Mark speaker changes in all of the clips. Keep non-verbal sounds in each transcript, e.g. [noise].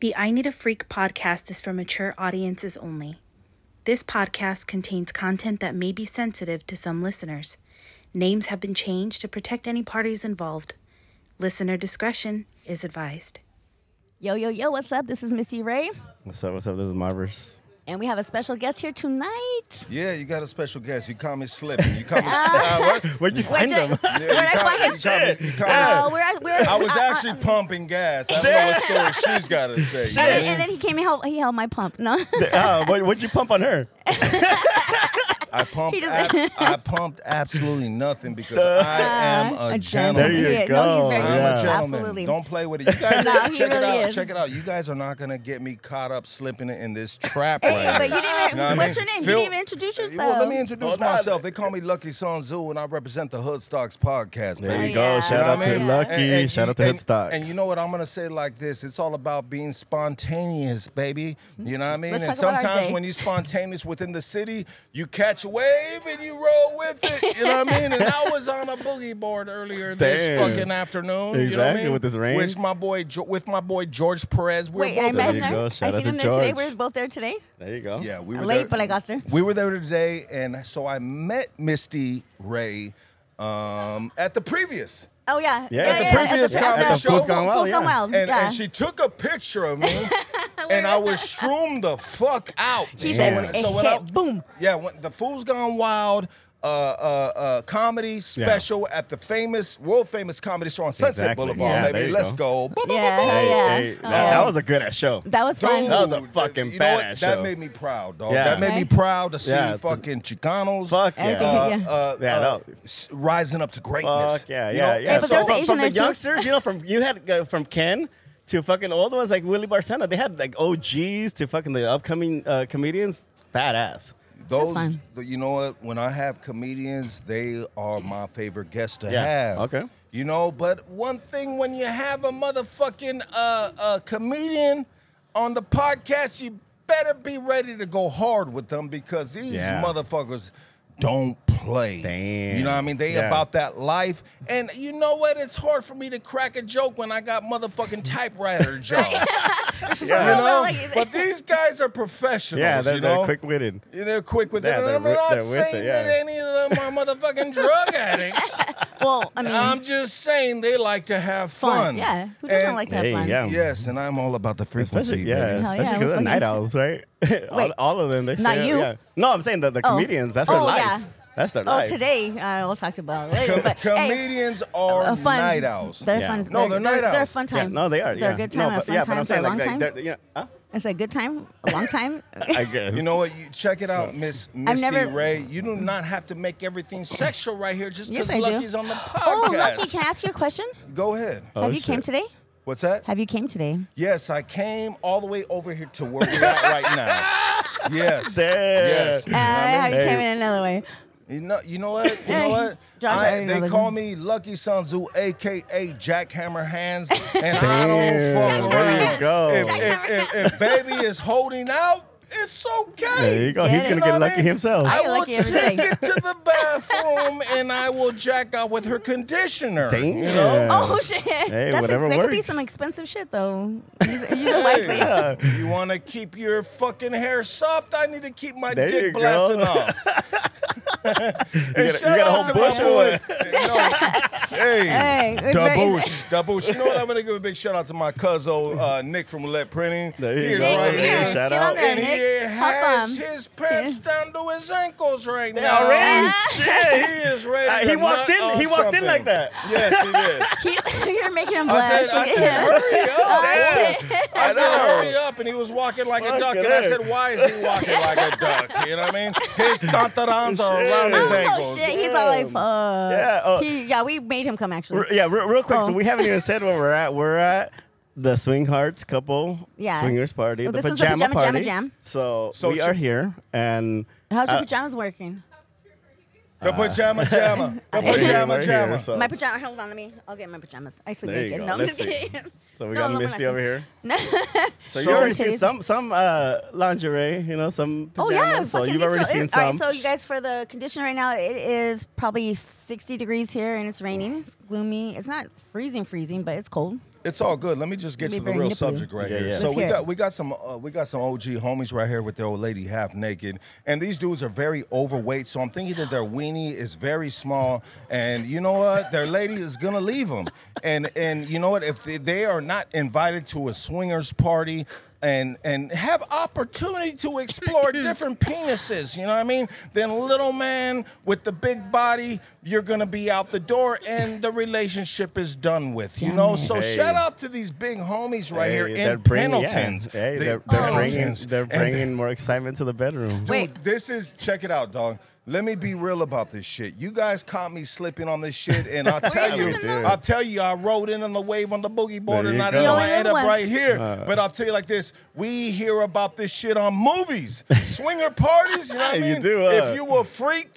Speaker 1: The I Need a Freak podcast is for mature audiences only. This podcast contains content that may be sensitive to some listeners. Names have been changed to protect any parties involved. Listener discretion is advised.
Speaker 2: Yo, yo, yo, what's up? This is Missy Ray,
Speaker 3: What's up? What's up? This is Marvers.
Speaker 2: and we have a special guest here tonight.
Speaker 4: Yeah, you got a special guest. You caught me slipping.
Speaker 2: [laughs]
Speaker 4: You caught me.
Speaker 2: Uh,
Speaker 4: I,
Speaker 3: Where'd you
Speaker 2: Wait,
Speaker 3: find
Speaker 2: did [laughs]
Speaker 3: them?
Speaker 2: I-
Speaker 4: yeah,
Speaker 2: did I
Speaker 4: you caught,
Speaker 2: fucking-
Speaker 4: you caught me. You caught
Speaker 2: Oh,
Speaker 4: me.
Speaker 2: we're at- we're- [laughs]
Speaker 4: I was actually pumping gas. I don't know what story she's got to say.
Speaker 2: And then,
Speaker 4: you know?
Speaker 2: and then he came and held, he held my pump. No,
Speaker 3: Uh, what, what'd you pump on her?
Speaker 4: I pumped.
Speaker 2: He
Speaker 4: ab-
Speaker 2: just- [laughs] Uh,
Speaker 4: I pumped absolutely nothing because I am
Speaker 2: [laughs]
Speaker 4: a,
Speaker 3: There
Speaker 4: gentleman.
Speaker 3: you
Speaker 2: Yeah, No, he's
Speaker 3: go.
Speaker 2: very
Speaker 3: Yeah.
Speaker 4: I'm a
Speaker 2: cool.
Speaker 4: gentleman.
Speaker 2: Absolutely.
Speaker 4: Don't play with it.
Speaker 2: [laughs]
Speaker 4: You guys,
Speaker 2: No, he
Speaker 4: check it
Speaker 2: really
Speaker 4: out.
Speaker 2: is.
Speaker 4: Check it out. You guys are not gonna get me caught up slipping
Speaker 2: [laughs]
Speaker 4: in this trap
Speaker 2: Hey,
Speaker 4: right
Speaker 2: but
Speaker 4: here.
Speaker 2: you didn't even,
Speaker 4: You know what I
Speaker 2: what's
Speaker 4: mean?
Speaker 2: your name?
Speaker 4: Phil-
Speaker 2: you didn't even introduce yourself.
Speaker 4: Well, let me introduce
Speaker 3: Hold on.
Speaker 4: myself. They call me Lucky Son Zoo, and I represent the Hood Stocks podcast.
Speaker 3: There
Speaker 4: baby.
Speaker 3: you go.
Speaker 2: Oh, yeah.
Speaker 3: Shout
Speaker 4: You know
Speaker 3: out
Speaker 4: what I
Speaker 3: to
Speaker 4: mean?
Speaker 3: Lucky.
Speaker 4: And- and
Speaker 3: Shout
Speaker 4: you-
Speaker 3: out to Hood
Speaker 4: and-
Speaker 3: Stocks.
Speaker 4: And you know what? I'm gonna say it like this: It's all about being spontaneous, baby. You know what I mean?
Speaker 2: Let's
Speaker 4: and
Speaker 2: talk about our
Speaker 4: sometimes
Speaker 2: day.
Speaker 4: when you're spontaneous within the city, you catch a wave and you roll with it. You know what I mean? And I was on a boogie board earlier this
Speaker 3: Damn.
Speaker 4: fucking afternoon. You know what I
Speaker 3: Exactly,
Speaker 4: mean?
Speaker 3: with this rain.
Speaker 4: Which my boy, Jo- with my boy George Perez. We were
Speaker 2: Wait, I met
Speaker 4: both
Speaker 3: There
Speaker 2: him
Speaker 3: you
Speaker 2: there.
Speaker 3: go.
Speaker 2: I
Speaker 3: Shout out
Speaker 2: seen
Speaker 3: to
Speaker 2: him there today.
Speaker 3: George.
Speaker 2: We're both there today.
Speaker 3: there you go.
Speaker 4: Yeah, we were
Speaker 2: Late,
Speaker 4: there-
Speaker 2: but I got there.
Speaker 4: We were there today, and so I met Misty Ray um, at the previous.
Speaker 2: Oh yeah,
Speaker 3: Yeah, at the
Speaker 4: previous
Speaker 2: at the-
Speaker 4: comedy
Speaker 2: at the
Speaker 4: show.
Speaker 2: Fool's
Speaker 4: Fool's Gone
Speaker 3: Wild,
Speaker 2: Fool's Gone
Speaker 3: yeah.
Speaker 2: Wild,
Speaker 4: And,
Speaker 2: yeah.
Speaker 4: and she took a picture
Speaker 2: [laughs]
Speaker 4: of me, and I was shroomed the fuck out.
Speaker 2: He
Speaker 4: So
Speaker 2: said,
Speaker 4: when-
Speaker 2: "It
Speaker 4: so when
Speaker 2: hit,
Speaker 4: I-
Speaker 2: boom."
Speaker 4: Yeah, when the Fool's Gone Wild uh, uh, uh, comedy special at the famous, world famous comedy store on Sunset
Speaker 3: Exactly.
Speaker 4: Boulevard,
Speaker 3: Yeah, there
Speaker 4: baby.
Speaker 3: you
Speaker 4: Let's
Speaker 3: go.
Speaker 4: go. Boop, boop,
Speaker 2: yeah,
Speaker 4: boop, boop.
Speaker 3: Hey,
Speaker 2: yeah.
Speaker 3: hey, that,
Speaker 2: Oh.
Speaker 3: that was a good ass show.
Speaker 2: That was fun.
Speaker 4: Dude,
Speaker 3: That was a fucking
Speaker 4: you know what?
Speaker 3: badass
Speaker 4: That
Speaker 3: show.
Speaker 4: made me proud, dog.
Speaker 3: Yeah.
Speaker 4: That made me
Speaker 2: Right.
Speaker 4: proud to see
Speaker 3: Yeah, to-
Speaker 4: fucking Chicanos.
Speaker 3: Fuck yeah.
Speaker 2: Everything,
Speaker 3: Uh,
Speaker 2: yeah.
Speaker 4: uh,
Speaker 3: Yeah,
Speaker 4: uh,
Speaker 3: no.
Speaker 4: s- rising up to greatness.
Speaker 3: Fuck yeah,
Speaker 4: You
Speaker 3: yeah,
Speaker 4: know?
Speaker 3: yeah.
Speaker 2: Hey, but there was
Speaker 3: from,
Speaker 2: an
Speaker 3: from
Speaker 2: Asian
Speaker 3: the
Speaker 2: there, too.
Speaker 3: youngsters, you know, from you had uh, from Ken to fucking old ones like Willie Barcena, they had like OGs to fucking the upcoming uh, comedians. Badass.
Speaker 4: Those,
Speaker 2: fine.
Speaker 4: the- you know what? When I have comedians, they are my favorite guests to
Speaker 3: Yeah,
Speaker 4: have.
Speaker 3: okay.
Speaker 4: You know, but one thing when you have a motherfucking uh, uh, comedian on the podcast, you better be ready to go hard with them because these
Speaker 3: Yeah.
Speaker 4: motherfuckers don't play.
Speaker 3: Damn.
Speaker 4: You know what I mean? They
Speaker 3: Yeah.
Speaker 4: about that life. And you know what? It's hard for me to crack a joke when I got
Speaker 3: [laughs]
Speaker 4: motherfucking typewriter job.
Speaker 2: For
Speaker 4: You
Speaker 2: real, though,
Speaker 4: know?
Speaker 2: like-
Speaker 4: But these guys are professionals.
Speaker 3: Yeah, they're,
Speaker 4: you
Speaker 3: they're
Speaker 4: know?
Speaker 3: quick witted.
Speaker 4: Yeah, they're quick with
Speaker 3: Yeah,
Speaker 4: it.
Speaker 3: they're
Speaker 4: And I'm
Speaker 3: wi-
Speaker 4: not
Speaker 3: they're with
Speaker 4: saying
Speaker 3: it, yeah.
Speaker 4: that any of them are
Speaker 2: [laughs]
Speaker 4: motherfucking drug addicts.
Speaker 2: well, I mean,
Speaker 4: I'm just saying they like to have
Speaker 2: fun.
Speaker 4: fun.
Speaker 2: Yeah, who doesn't
Speaker 4: And-
Speaker 2: like to have
Speaker 3: Hey,
Speaker 2: fun?
Speaker 3: yeah.
Speaker 4: Yes, and I'm all about the frequency.
Speaker 3: Especially, yeah,
Speaker 4: baby.
Speaker 2: Hell yeah,
Speaker 3: especially because
Speaker 2: we're
Speaker 3: they're
Speaker 2: fucking-
Speaker 3: night owls, right? [laughs] all,
Speaker 2: Wait.
Speaker 3: all of them. They
Speaker 2: Not
Speaker 3: stay-
Speaker 2: you?
Speaker 3: yeah. No, I'm saying that the
Speaker 2: Oh.
Speaker 3: comedians. That's their
Speaker 2: Oh,
Speaker 3: life.
Speaker 2: yeah.
Speaker 3: That's their
Speaker 2: Oh,
Speaker 3: life.
Speaker 2: today uh, we'll talk about it later.
Speaker 4: Com-
Speaker 2: But hey,
Speaker 4: comedians are
Speaker 2: a fun
Speaker 4: night owls.
Speaker 2: They're
Speaker 3: Yeah.
Speaker 2: fun.
Speaker 4: No, they're night
Speaker 2: They're a
Speaker 4: owls.
Speaker 2: fun
Speaker 3: Yeah,
Speaker 2: time.
Speaker 3: no, they are.
Speaker 2: They're
Speaker 3: yeah.
Speaker 2: a good
Speaker 3: No,
Speaker 2: time, a
Speaker 3: but-
Speaker 2: fun
Speaker 3: yeah, but
Speaker 2: time
Speaker 3: I'm
Speaker 2: for a
Speaker 3: saying
Speaker 2: long
Speaker 3: like,
Speaker 2: time.
Speaker 3: they're- yeah, huh?
Speaker 2: It's a good time, a long
Speaker 4: [laughs]
Speaker 2: time.
Speaker 3: I guess.
Speaker 4: You know what? You check it out, Miss
Speaker 2: I've
Speaker 4: Misty
Speaker 2: never-
Speaker 4: Ray. You do not have to make everything sexual right here
Speaker 2: [laughs]
Speaker 4: just
Speaker 2: Yes,
Speaker 4: because
Speaker 2: I do.
Speaker 4: Lucky's on the podcast.
Speaker 2: oh, Lucky, can I ask you a question?
Speaker 4: Go ahead.
Speaker 2: have you came
Speaker 3: Oh, shit.
Speaker 2: today?
Speaker 4: What's that?
Speaker 2: Have you came
Speaker 4: [laughs]
Speaker 2: today?
Speaker 4: Yes, I came all the way over here to where we're at
Speaker 2: [laughs]
Speaker 4: right now. Yes.
Speaker 3: Damn.
Speaker 4: Yes. You know
Speaker 2: Uh,
Speaker 4: what I mean?
Speaker 2: have you
Speaker 3: Hey.
Speaker 2: came in another way?
Speaker 4: You know, you know what? You
Speaker 2: [laughs]
Speaker 4: know what?
Speaker 2: Josh, I
Speaker 4: I,
Speaker 2: already know
Speaker 4: they
Speaker 2: this
Speaker 4: call
Speaker 2: one.
Speaker 4: me Lucky Sanzu, aka Jackhammer
Speaker 2: [laughs]
Speaker 4: Hands, and I don't fuck
Speaker 3: There you
Speaker 4: around.
Speaker 3: go.
Speaker 4: If, if, if, if baby is holding out, it's okay.
Speaker 3: There you go.
Speaker 2: Get
Speaker 3: He's
Speaker 2: it.
Speaker 3: gonna
Speaker 2: You know
Speaker 3: get
Speaker 2: what I
Speaker 3: lucky
Speaker 4: mean?
Speaker 3: himself.
Speaker 2: I-
Speaker 4: I
Speaker 2: get
Speaker 4: will
Speaker 2: lucky every
Speaker 4: take
Speaker 2: day.
Speaker 4: it to the bathroom and I will jack off with her conditioner.
Speaker 3: Damn.
Speaker 4: You know?
Speaker 2: Oh [laughs] shit! That's
Speaker 3: whatever
Speaker 2: a, that could be
Speaker 3: works.
Speaker 2: some expensive shit though. Use, use it wisely.
Speaker 4: Hey, you want to keep your fucking hair soft? I need to keep my
Speaker 3: There you
Speaker 4: dick
Speaker 3: go.
Speaker 4: blasting off.
Speaker 3: [laughs]
Speaker 2: [laughs]
Speaker 3: you got, a whole bush or
Speaker 4: [laughs]
Speaker 3: what?
Speaker 4: Hey,
Speaker 2: Hey, it's
Speaker 4: Da
Speaker 2: very-
Speaker 4: Bush, Da Bush. You know what? I'm gonna give a big shout out to my cousin uh, Nick from Let Printing.
Speaker 3: There
Speaker 4: he
Speaker 3: you
Speaker 4: is
Speaker 3: go.
Speaker 4: right
Speaker 3: Yeah,
Speaker 4: here,
Speaker 3: shout
Speaker 2: Get on
Speaker 3: out.
Speaker 2: there,
Speaker 4: and he
Speaker 2: Nick. Help
Speaker 4: has
Speaker 2: him.
Speaker 4: his pants down to his ankles right now.
Speaker 3: Already?
Speaker 4: He
Speaker 3: Shit.
Speaker 4: is ready.
Speaker 3: Uh,
Speaker 4: to
Speaker 3: he walked
Speaker 4: nut
Speaker 3: in-
Speaker 4: on
Speaker 3: he walked in
Speaker 4: something.
Speaker 3: like that.
Speaker 4: Yes, he did.
Speaker 2: [laughs] He- [laughs] You're making him Oh,
Speaker 4: I
Speaker 2: blush.
Speaker 4: said,
Speaker 2: [laughs]
Speaker 4: I said, hurry up. man."
Speaker 3: [laughs]
Speaker 4: I
Speaker 3: know.
Speaker 4: said, hurry up. And he was walking like a
Speaker 3: Fuck
Speaker 4: duck.
Speaker 3: it
Speaker 4: And I
Speaker 3: up.
Speaker 4: said, why is he walking like a duck? You know what I mean?
Speaker 3: [laughs]
Speaker 4: His tantarans are
Speaker 3: Shit.
Speaker 4: around his
Speaker 2: oh
Speaker 4: ankles.
Speaker 2: shit! He's all like, fuck.
Speaker 3: Yeah, oh.
Speaker 2: Uh, He, yeah, we made him come actually.
Speaker 3: Re- Yeah, real, real quick.
Speaker 2: Oh.
Speaker 3: So we haven't even said where we're at. We're at the Swing Hearts couple
Speaker 2: Yeah.
Speaker 3: swingers party,
Speaker 2: Well,
Speaker 3: the
Speaker 2: this one's a
Speaker 3: pajama,
Speaker 2: pajama
Speaker 3: party.
Speaker 2: jamma jam.
Speaker 3: So,
Speaker 4: So
Speaker 3: we
Speaker 4: ch-
Speaker 3: are here, and
Speaker 2: How's your
Speaker 3: uh,
Speaker 2: pajamas working?
Speaker 4: The pajama jamma. The
Speaker 3: we're here,
Speaker 4: [laughs] pajama
Speaker 3: we're here,
Speaker 4: jamma.
Speaker 3: so-
Speaker 2: My pajama. Hold on, let me. I'll get my pajamas. I sleep
Speaker 3: There you
Speaker 2: naked.
Speaker 3: go.
Speaker 2: No, I'm
Speaker 3: Let's
Speaker 2: just
Speaker 3: see.
Speaker 2: kidding.
Speaker 3: So we
Speaker 2: No,
Speaker 3: got
Speaker 2: no, we're
Speaker 3: Misty
Speaker 2: not [laughs]
Speaker 3: over here. so you
Speaker 2: So-
Speaker 3: already seen
Speaker 2: Titties.
Speaker 3: some some uh, lingerie, you know, some
Speaker 2: Oh
Speaker 3: pajamas.
Speaker 2: yeah,
Speaker 3: so
Speaker 2: fucking
Speaker 3: you've
Speaker 2: these
Speaker 3: already
Speaker 2: girls-
Speaker 3: seen
Speaker 2: it-
Speaker 3: some.
Speaker 2: All right, so you guys, for the condition right now, it is probably 60 degrees here and it's raining. It's gloomy. It's not freezing, freezing, but it's cold.
Speaker 4: It's all good. Let me just get
Speaker 2: Be
Speaker 4: to the
Speaker 2: very
Speaker 4: real
Speaker 2: nipply.
Speaker 4: subject right
Speaker 3: Yeah,
Speaker 4: here.
Speaker 3: yeah.
Speaker 4: So
Speaker 2: Let's
Speaker 4: we
Speaker 2: hear
Speaker 4: got
Speaker 2: it.
Speaker 4: we got some uh, we got some OG homies right here with their old lady half naked, and these dudes are very overweight. So I'm thinking that their weenie is very small, and you know what, their lady is gonna leave them. And and you know what, if they, they are not invited to a swingers party. And, and have opportunity
Speaker 3: [laughs]
Speaker 4: to explore different penises, you know what I mean? Then little man with the big body, you're gonna be out the door, and the relationship is done with, you know. So
Speaker 3: Hey.
Speaker 4: Oh, shout out to these big homies right
Speaker 3: Hey,
Speaker 4: here
Speaker 3: they're
Speaker 4: in
Speaker 3: bringing- yeah.
Speaker 4: Pendletons.
Speaker 3: Hey,
Speaker 4: They-
Speaker 3: they're, they're bringing,
Speaker 4: Pendletons.
Speaker 3: they're
Speaker 4: And
Speaker 3: bringing more excitement to the bedroom.
Speaker 2: Wait.
Speaker 4: Dude, this is check it out, dog. Let me be real about this shit. You guys caught me slipping on this shit,
Speaker 2: [laughs]
Speaker 4: and I'll tell you,
Speaker 3: slipping on?
Speaker 4: I'll tell you, I rode in on the wave on the boogie board,
Speaker 3: There
Speaker 4: and
Speaker 3: you
Speaker 4: I
Speaker 3: go. Uh.
Speaker 4: didn't know I
Speaker 2: You're the
Speaker 4: ended up
Speaker 2: one.
Speaker 4: right here. but I'll tell you like this: we hear about this shit on
Speaker 3: [laughs]
Speaker 4: movies, swinger parties. You know what I
Speaker 3: You
Speaker 4: mean?
Speaker 3: do, huh?
Speaker 4: If you were freak.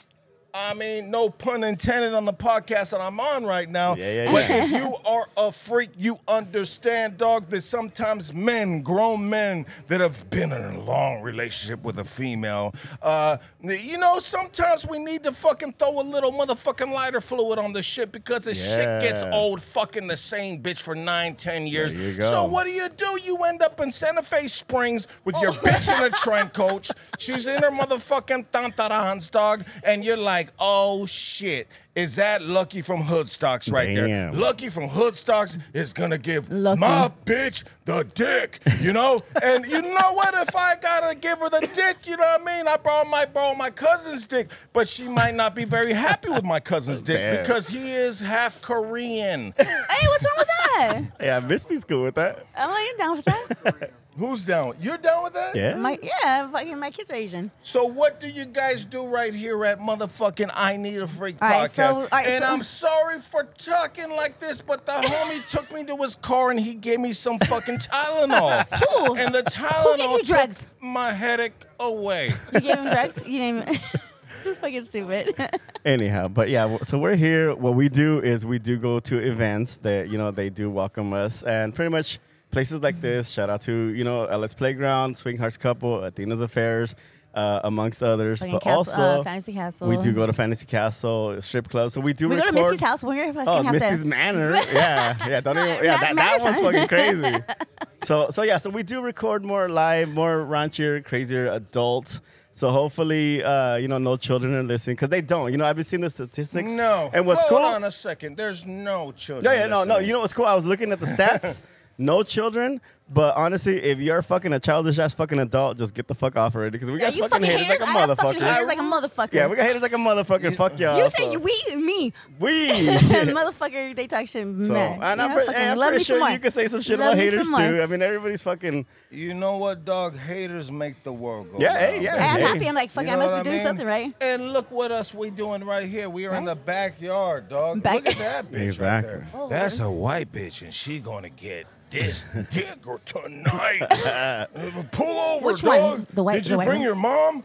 Speaker 4: I mean, no pun intended on the podcast that I'm on right now.
Speaker 3: Yeah, yeah,
Speaker 4: but
Speaker 3: yeah.
Speaker 4: if you are a freak, you understand, dog, that sometimes men, grown men that have been in a long relationship with a female, uh, you know, sometimes we need to fucking throw a little motherfucking lighter fluid on the shit because the shit gets
Speaker 3: Yeah.
Speaker 4: old fucking the same bitch for nine, ten years.
Speaker 3: There you go.
Speaker 4: So what do you do? You end up in Santa Fe Springs with
Speaker 3: Oh.
Speaker 4: your bitch in a trench coach. She's in her motherfucking tantarans, dog, and you're like, oh shit. Is that Lucky from Hoodstocks right there?
Speaker 3: Damn.
Speaker 4: Lucky from Hoodstocks is gonna give
Speaker 2: Lucky.
Speaker 4: my bitch the dick, you know? and you know what? If I gotta give her the dick, you know what I mean? I borrow, might borrow my cousin's dick, but she might not be very happy with my cousin's dick
Speaker 3: Damn.
Speaker 4: because he is half Korean.
Speaker 2: Hey, what's wrong with
Speaker 3: [laughs]
Speaker 2: that?
Speaker 3: Yeah, I missed these cool with that.
Speaker 2: I'm like, down with that.
Speaker 4: Who's down? You're down with that?
Speaker 3: Yeah.
Speaker 2: My, yeah, fucking my kids are Asian.
Speaker 4: So what do you guys do right here at motherfucking I Need a Freak
Speaker 2: All right,
Speaker 4: podcast?
Speaker 2: so- all right,
Speaker 4: and
Speaker 2: so-
Speaker 4: I'm sorry for talking like this, but the homie
Speaker 3: [laughs]
Speaker 4: took me to his car and he gave me some
Speaker 3: [laughs]
Speaker 4: fucking Tylenol.
Speaker 2: Who?
Speaker 4: And the Tylenol
Speaker 2: Who gave you
Speaker 4: took
Speaker 2: drugs?
Speaker 4: my headache
Speaker 3: [laughs]
Speaker 4: away.
Speaker 2: You gave him drugs? You didn't even. [laughs] fucking stupid.
Speaker 3: Anyhow, but yeah, w- so we're here. What we do is we do go to events that you know they do welcome us, and pretty much places like this. Shout out to you know uh, Let's Playground, Swing Hearts Couple, Athena's Affairs, uh, amongst others.
Speaker 2: Fucking
Speaker 3: but
Speaker 2: Castle-
Speaker 3: also
Speaker 2: uh, Fantasy Castle.
Speaker 3: we do go to Fantasy Castle, strip club. So we do.
Speaker 2: we go to
Speaker 3: record,
Speaker 2: Misty's house. We're gonna fucking
Speaker 3: Oh,
Speaker 2: have
Speaker 3: Misty's
Speaker 2: to. [laughs]
Speaker 3: Manor. Yeah, yeah. Don't even. Yeah, that, that
Speaker 2: Manor's
Speaker 3: one's
Speaker 2: fine. [laughs]
Speaker 3: fucking crazy. So, so yeah. So we do record more live, more raunchier, crazier adults. So hopefully, uh, you know, no children are listening because they don't. You know, I've been seeing the statistics.
Speaker 4: No.
Speaker 3: And what's
Speaker 4: Hold
Speaker 3: cool?
Speaker 4: on a second. There's no children.
Speaker 3: yeah, yeah. No, no.
Speaker 4: listening.
Speaker 3: You know what's cool? I was looking at the
Speaker 4: [laughs]
Speaker 3: stats. no children. But honestly, if you're fucking a childish ass fucking adult, just get the fuck off already because we
Speaker 2: Yeah,
Speaker 3: got
Speaker 2: you
Speaker 3: fucking haters like a
Speaker 2: I got fucking haters
Speaker 3: motherfucker.
Speaker 2: like a motherfucker.
Speaker 3: Yeah, we got haters like a motherfucker. Fuck y'all.
Speaker 2: You say
Speaker 3: so-
Speaker 2: you, we,
Speaker 3: [laughs]
Speaker 2: me, [laughs]
Speaker 3: we.
Speaker 2: motherfucker. They talk shit,
Speaker 3: So,
Speaker 2: man.
Speaker 3: and I'm,
Speaker 2: Yeah,
Speaker 3: pre-
Speaker 2: fucking
Speaker 3: and I'm
Speaker 2: love me
Speaker 3: pretty
Speaker 2: some
Speaker 3: sure
Speaker 2: more.
Speaker 3: you can say some shit
Speaker 2: Love
Speaker 3: about
Speaker 2: me some
Speaker 3: haters too.
Speaker 2: more.
Speaker 3: I mean, everybody's fucking.
Speaker 4: You know what, dog? Haters make the world go
Speaker 3: Yeah, hey,
Speaker 4: round,
Speaker 3: yeah.
Speaker 4: baby.
Speaker 2: Hey, I'm
Speaker 3: Hey.
Speaker 2: happy. I'm like, fuck,
Speaker 4: You
Speaker 2: I
Speaker 4: know
Speaker 2: must
Speaker 4: what
Speaker 2: be doing
Speaker 4: mean?
Speaker 2: something right.
Speaker 4: And look what us we doing right here. We are in
Speaker 2: Right?
Speaker 4: the backyard, dog.
Speaker 2: Back- Oh,
Speaker 4: Look at that bitch
Speaker 3: Exactly.
Speaker 4: right there. That's a white bitch, and she gonna get
Speaker 3: [laughs]
Speaker 4: this dick or tonight. Pull over,
Speaker 2: Which one?
Speaker 4: dog.
Speaker 2: The white-
Speaker 4: Did
Speaker 2: the
Speaker 4: you
Speaker 2: white
Speaker 4: bring
Speaker 2: one? [laughs]
Speaker 4: your mom?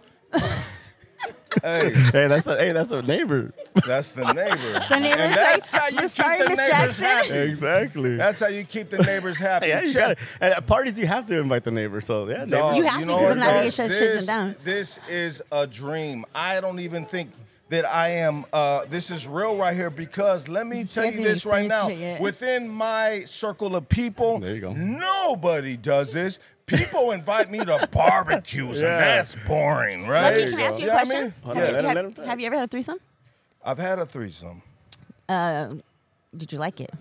Speaker 4: hey,
Speaker 3: Hey, that's a, hey, that's a neighbor.
Speaker 2: [laughs]
Speaker 4: that's the neighbor.
Speaker 2: The neighbors
Speaker 4: and that's
Speaker 2: like,
Speaker 4: how you
Speaker 2: "We're
Speaker 4: keep
Speaker 2: sorry,
Speaker 4: the
Speaker 2: Miss
Speaker 4: neighbors
Speaker 2: Jackson."
Speaker 4: happy.
Speaker 3: exactly.
Speaker 4: That's how you keep the neighbors happy.
Speaker 3: yeah, you
Speaker 4: Check-
Speaker 3: got it. And at parties, you have to invite the neighbor. So yeah, neighbor.
Speaker 4: Dog,
Speaker 2: You have to,
Speaker 4: know
Speaker 2: 'cause I'm
Speaker 4: what,
Speaker 2: not gonna
Speaker 4: dog?
Speaker 2: get shut- shut
Speaker 4: This-
Speaker 2: down.
Speaker 4: This is a dream. I don't even think that I am. Uh, this is real right here because let me tell you
Speaker 2: hasn't
Speaker 4: this
Speaker 2: even
Speaker 4: right
Speaker 2: finished
Speaker 4: now.
Speaker 2: it yet.
Speaker 4: Within my circle of people,
Speaker 3: There you go.
Speaker 4: nobody does this. People invite me to barbecues,
Speaker 3: Yeah.
Speaker 4: and that's boring, right?
Speaker 2: Lucky, can I ask you a
Speaker 4: Yeah,
Speaker 2: question?
Speaker 4: I
Speaker 3: mean, yeah,
Speaker 2: have,
Speaker 3: let 'em-
Speaker 2: you,
Speaker 3: let 'em
Speaker 2: have,
Speaker 3: talk.
Speaker 2: have you ever had a threesome?
Speaker 4: have had a threesome.
Speaker 2: Did you
Speaker 4: [laughs]
Speaker 2: like it?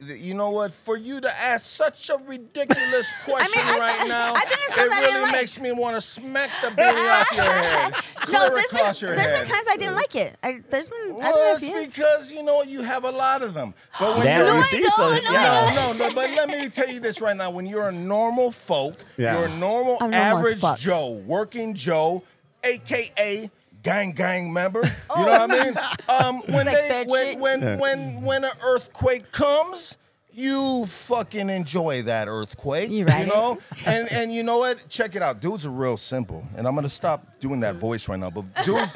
Speaker 4: You know what? For you to ask such a
Speaker 2: [laughs]
Speaker 4: ridiculous question
Speaker 2: I've-
Speaker 4: right now,
Speaker 2: I've been in some
Speaker 4: it
Speaker 2: that I didn't
Speaker 4: really
Speaker 2: like.
Speaker 4: makes me want to smack the baby off
Speaker 2: [laughs]
Speaker 4: your head. Clear
Speaker 2: there's been,
Speaker 4: across your
Speaker 2: there's
Speaker 4: head.
Speaker 2: been times I didn't like it. I, there's been I
Speaker 4: Well,
Speaker 2: don't
Speaker 4: it's
Speaker 2: know if you.
Speaker 4: because you know you have a lot of them. But when
Speaker 3: Damn,
Speaker 4: you're,
Speaker 3: you
Speaker 2: I
Speaker 3: see,
Speaker 2: don't,
Speaker 3: so
Speaker 2: Oh, no,
Speaker 3: yeah.
Speaker 4: no, no, no. But let me tell you this right now: when you're a normal folk,
Speaker 3: Yeah.
Speaker 4: you're a normal,
Speaker 2: I'm normal as
Speaker 4: average
Speaker 2: fuck.
Speaker 4: Joe, working Joe, aka gang gang member. You know what I mean? Um, when
Speaker 2: like
Speaker 4: they
Speaker 2: bad
Speaker 4: when
Speaker 2: shit.
Speaker 4: when, when when an earthquake comes. You fucking enjoy that earthquake,
Speaker 2: You right.
Speaker 4: you know, and and you know what? Check it out, dudes are real simple, and I'm gonna stop doing that voice right now. But dudes,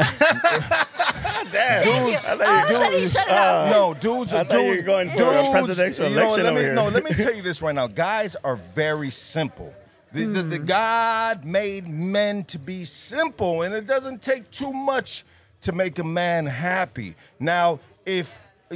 Speaker 3: Damn.
Speaker 4: dudes,
Speaker 3: I
Speaker 2: All of
Speaker 3: thought
Speaker 2: a
Speaker 3: you-
Speaker 2: sudden
Speaker 3: uh,
Speaker 2: Oh, you shut it up.
Speaker 4: no, dudes
Speaker 3: I
Speaker 4: are
Speaker 3: thought you were
Speaker 4: dudes-
Speaker 3: going for a
Speaker 4: dudes-
Speaker 3: presidential
Speaker 4: you know what,
Speaker 3: election
Speaker 4: let
Speaker 3: over
Speaker 4: me,
Speaker 3: here.
Speaker 4: No, let me tell you this right now. Guys are very simple. The, the,
Speaker 3: Hmm.
Speaker 4: the God made men to be simple, and it doesn't take too much to make a man happy. Now, if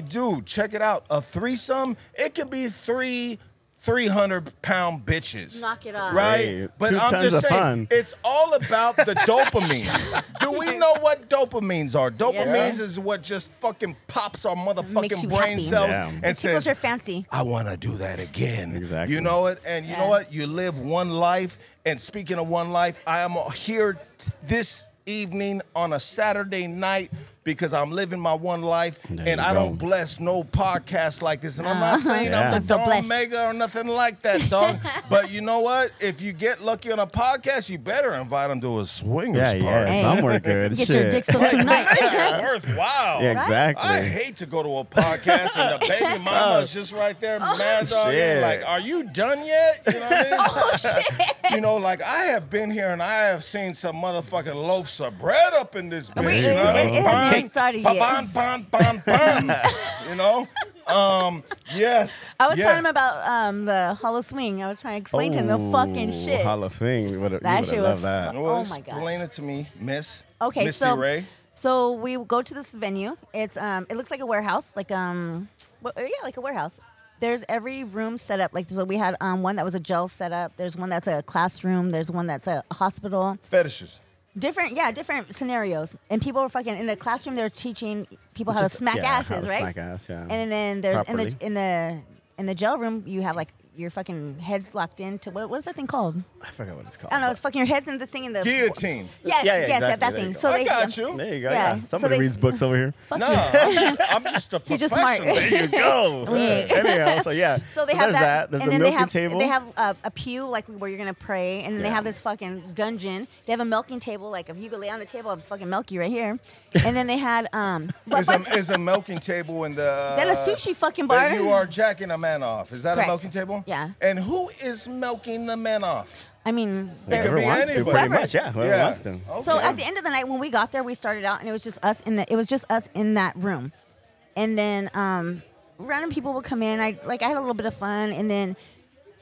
Speaker 4: dude, check it out. A threesome, it can be three. 300 pound bitches.
Speaker 2: Knock it off.
Speaker 4: Right?
Speaker 3: Hey,
Speaker 4: but
Speaker 3: two
Speaker 4: I'm
Speaker 3: times
Speaker 4: just
Speaker 3: the
Speaker 4: saying,
Speaker 3: fun.
Speaker 4: it's all
Speaker 3: [laughs]
Speaker 4: about the dopamine. Do we know what dopamines are? Dopamines is what just fucking pops our
Speaker 2: Makes
Speaker 4: motherfucking
Speaker 2: you
Speaker 4: brain
Speaker 2: happy.
Speaker 4: cells
Speaker 3: Yeah.
Speaker 4: and
Speaker 3: It
Speaker 2: Tickles
Speaker 4: says,
Speaker 2: your fancy.
Speaker 4: I want to do that again.
Speaker 3: Exactly.
Speaker 4: You know it, and you know
Speaker 2: Yeah.
Speaker 4: what? You live one life. And speaking of one life, I am uh, here t- this evening on a Saturday night because I'm living my one life,
Speaker 3: There
Speaker 4: and
Speaker 3: you
Speaker 4: I don't
Speaker 3: go.
Speaker 4: bless no podcast like this. And I'm not saying
Speaker 3: Yeah.
Speaker 4: I'm the
Speaker 2: The
Speaker 4: Don
Speaker 2: blessed.
Speaker 4: Mega or nothing like that, dog. but you know what? If you get lucky on a podcast, you better invite them to a swingers
Speaker 3: Yeah,
Speaker 4: party.
Speaker 3: yeah.
Speaker 2: Hey.
Speaker 3: Somewhere good.
Speaker 2: Get
Speaker 3: Shit.
Speaker 2: your
Speaker 3: [laughs]
Speaker 2: dick sucked
Speaker 4: [laughs]
Speaker 2: tonight.
Speaker 4: It's worthwhile.
Speaker 3: Yeah, exactly.
Speaker 4: I hate to go to a podcast and the
Speaker 2: [laughs]
Speaker 4: baby mama's just right there,
Speaker 2: Oh,
Speaker 4: mad dog.
Speaker 3: Shit.
Speaker 4: Like, are you done yet? You know what I
Speaker 2: [laughs]
Speaker 4: mean? Oh shit! You know, like I have been here and I have seen some motherfucking loaves of bread up in this bitch.
Speaker 3: Wait,
Speaker 4: you know?
Speaker 3: it- it hasn't
Speaker 2: even started yet.
Speaker 4: Bam, bam, bam, bam.
Speaker 2: [laughs]
Speaker 4: You know? Um, yes.
Speaker 2: I was
Speaker 4: yeah.
Speaker 2: telling him about um, the Hollow Swing. I was trying to explain to him
Speaker 3: Oh,
Speaker 2: the fucking
Speaker 3: Ooh,
Speaker 2: shit.
Speaker 3: Hall of Fame. You would've-
Speaker 2: That
Speaker 3: you
Speaker 2: shit
Speaker 3: would've
Speaker 2: was
Speaker 3: loved
Speaker 2: fu-
Speaker 3: that.
Speaker 4: Well,
Speaker 2: Oh my God.
Speaker 4: explain it to me, Miss.
Speaker 2: Okay,
Speaker 4: Misty
Speaker 2: so
Speaker 4: Ray.
Speaker 2: so we go to this venue. It's um, it looks like a warehouse, like um, what, yeah, like a warehouse. There's every room set up. Like so, we had um one that was a jail setup. There's one that's a classroom. There's one that's a hospital.
Speaker 4: Fetishes.
Speaker 2: Different, yeah, different scenarios. And people were fucking in the classroom. They're teaching people how
Speaker 3: Just-
Speaker 2: to smack
Speaker 3: yeah, how
Speaker 2: asses,
Speaker 3: to
Speaker 2: right?
Speaker 3: smack ass, yeah.
Speaker 2: And then there's
Speaker 3: Properly.
Speaker 2: in the in the in the jail room, you have like your fucking heads locked into what what is that thing called?
Speaker 3: I forgot what it's called.
Speaker 2: I don't know.
Speaker 3: but-
Speaker 2: It's fucking your heads in the thing in the
Speaker 4: Guillotine.
Speaker 2: Yes,
Speaker 3: Yeah,
Speaker 2: yes,
Speaker 3: yeah, exactly.
Speaker 2: that, that
Speaker 3: There you
Speaker 2: thing.
Speaker 3: go.
Speaker 2: So
Speaker 4: I
Speaker 2: they,
Speaker 4: got
Speaker 2: [laughs]
Speaker 4: you.
Speaker 3: There you go.
Speaker 2: Yeah,
Speaker 3: Yeah.
Speaker 2: so
Speaker 3: Somebody
Speaker 2: they-
Speaker 3: reads books over here.
Speaker 4: No, I'm just, I'm just a
Speaker 2: He's just smart.
Speaker 4: professional.
Speaker 2: [laughs]
Speaker 3: There you go. Anyhow, so yeah.
Speaker 2: So they have
Speaker 3: there's
Speaker 2: that,
Speaker 3: There's
Speaker 2: and
Speaker 3: a
Speaker 2: then
Speaker 3: milking
Speaker 2: they have
Speaker 3: table.
Speaker 2: they have a, a pew like where you're gonna pray, and then they
Speaker 3: Yeah.
Speaker 2: have this fucking dungeon. They have a milking table like if you go lay on the table, I'll fucking milk you right
Speaker 3: [laughs]
Speaker 2: here. And then they had um, but,
Speaker 4: Is a,
Speaker 2: but-
Speaker 4: is a milking table in the. uh,
Speaker 2: Then a
Speaker 3: Uh,
Speaker 2: sushi fucking
Speaker 4: that
Speaker 2: bar.
Speaker 4: You are jacking a man off. Is that a
Speaker 2: Correct.
Speaker 4: milking table?
Speaker 2: Yeah.
Speaker 4: And who is milking the man off?
Speaker 2: I mean, they're-
Speaker 3: whoever
Speaker 4: could be
Speaker 3: wants to,
Speaker 4: anybody.
Speaker 3: pretty much. Yeah, whoever
Speaker 4: Yeah.
Speaker 3: wants to.
Speaker 2: So
Speaker 4: Okay.
Speaker 2: at the end of the night, when we got there, we started out, and it was just us in the. It was just us in that room, and then um, random people would come in. I like I had a little bit of fun, and then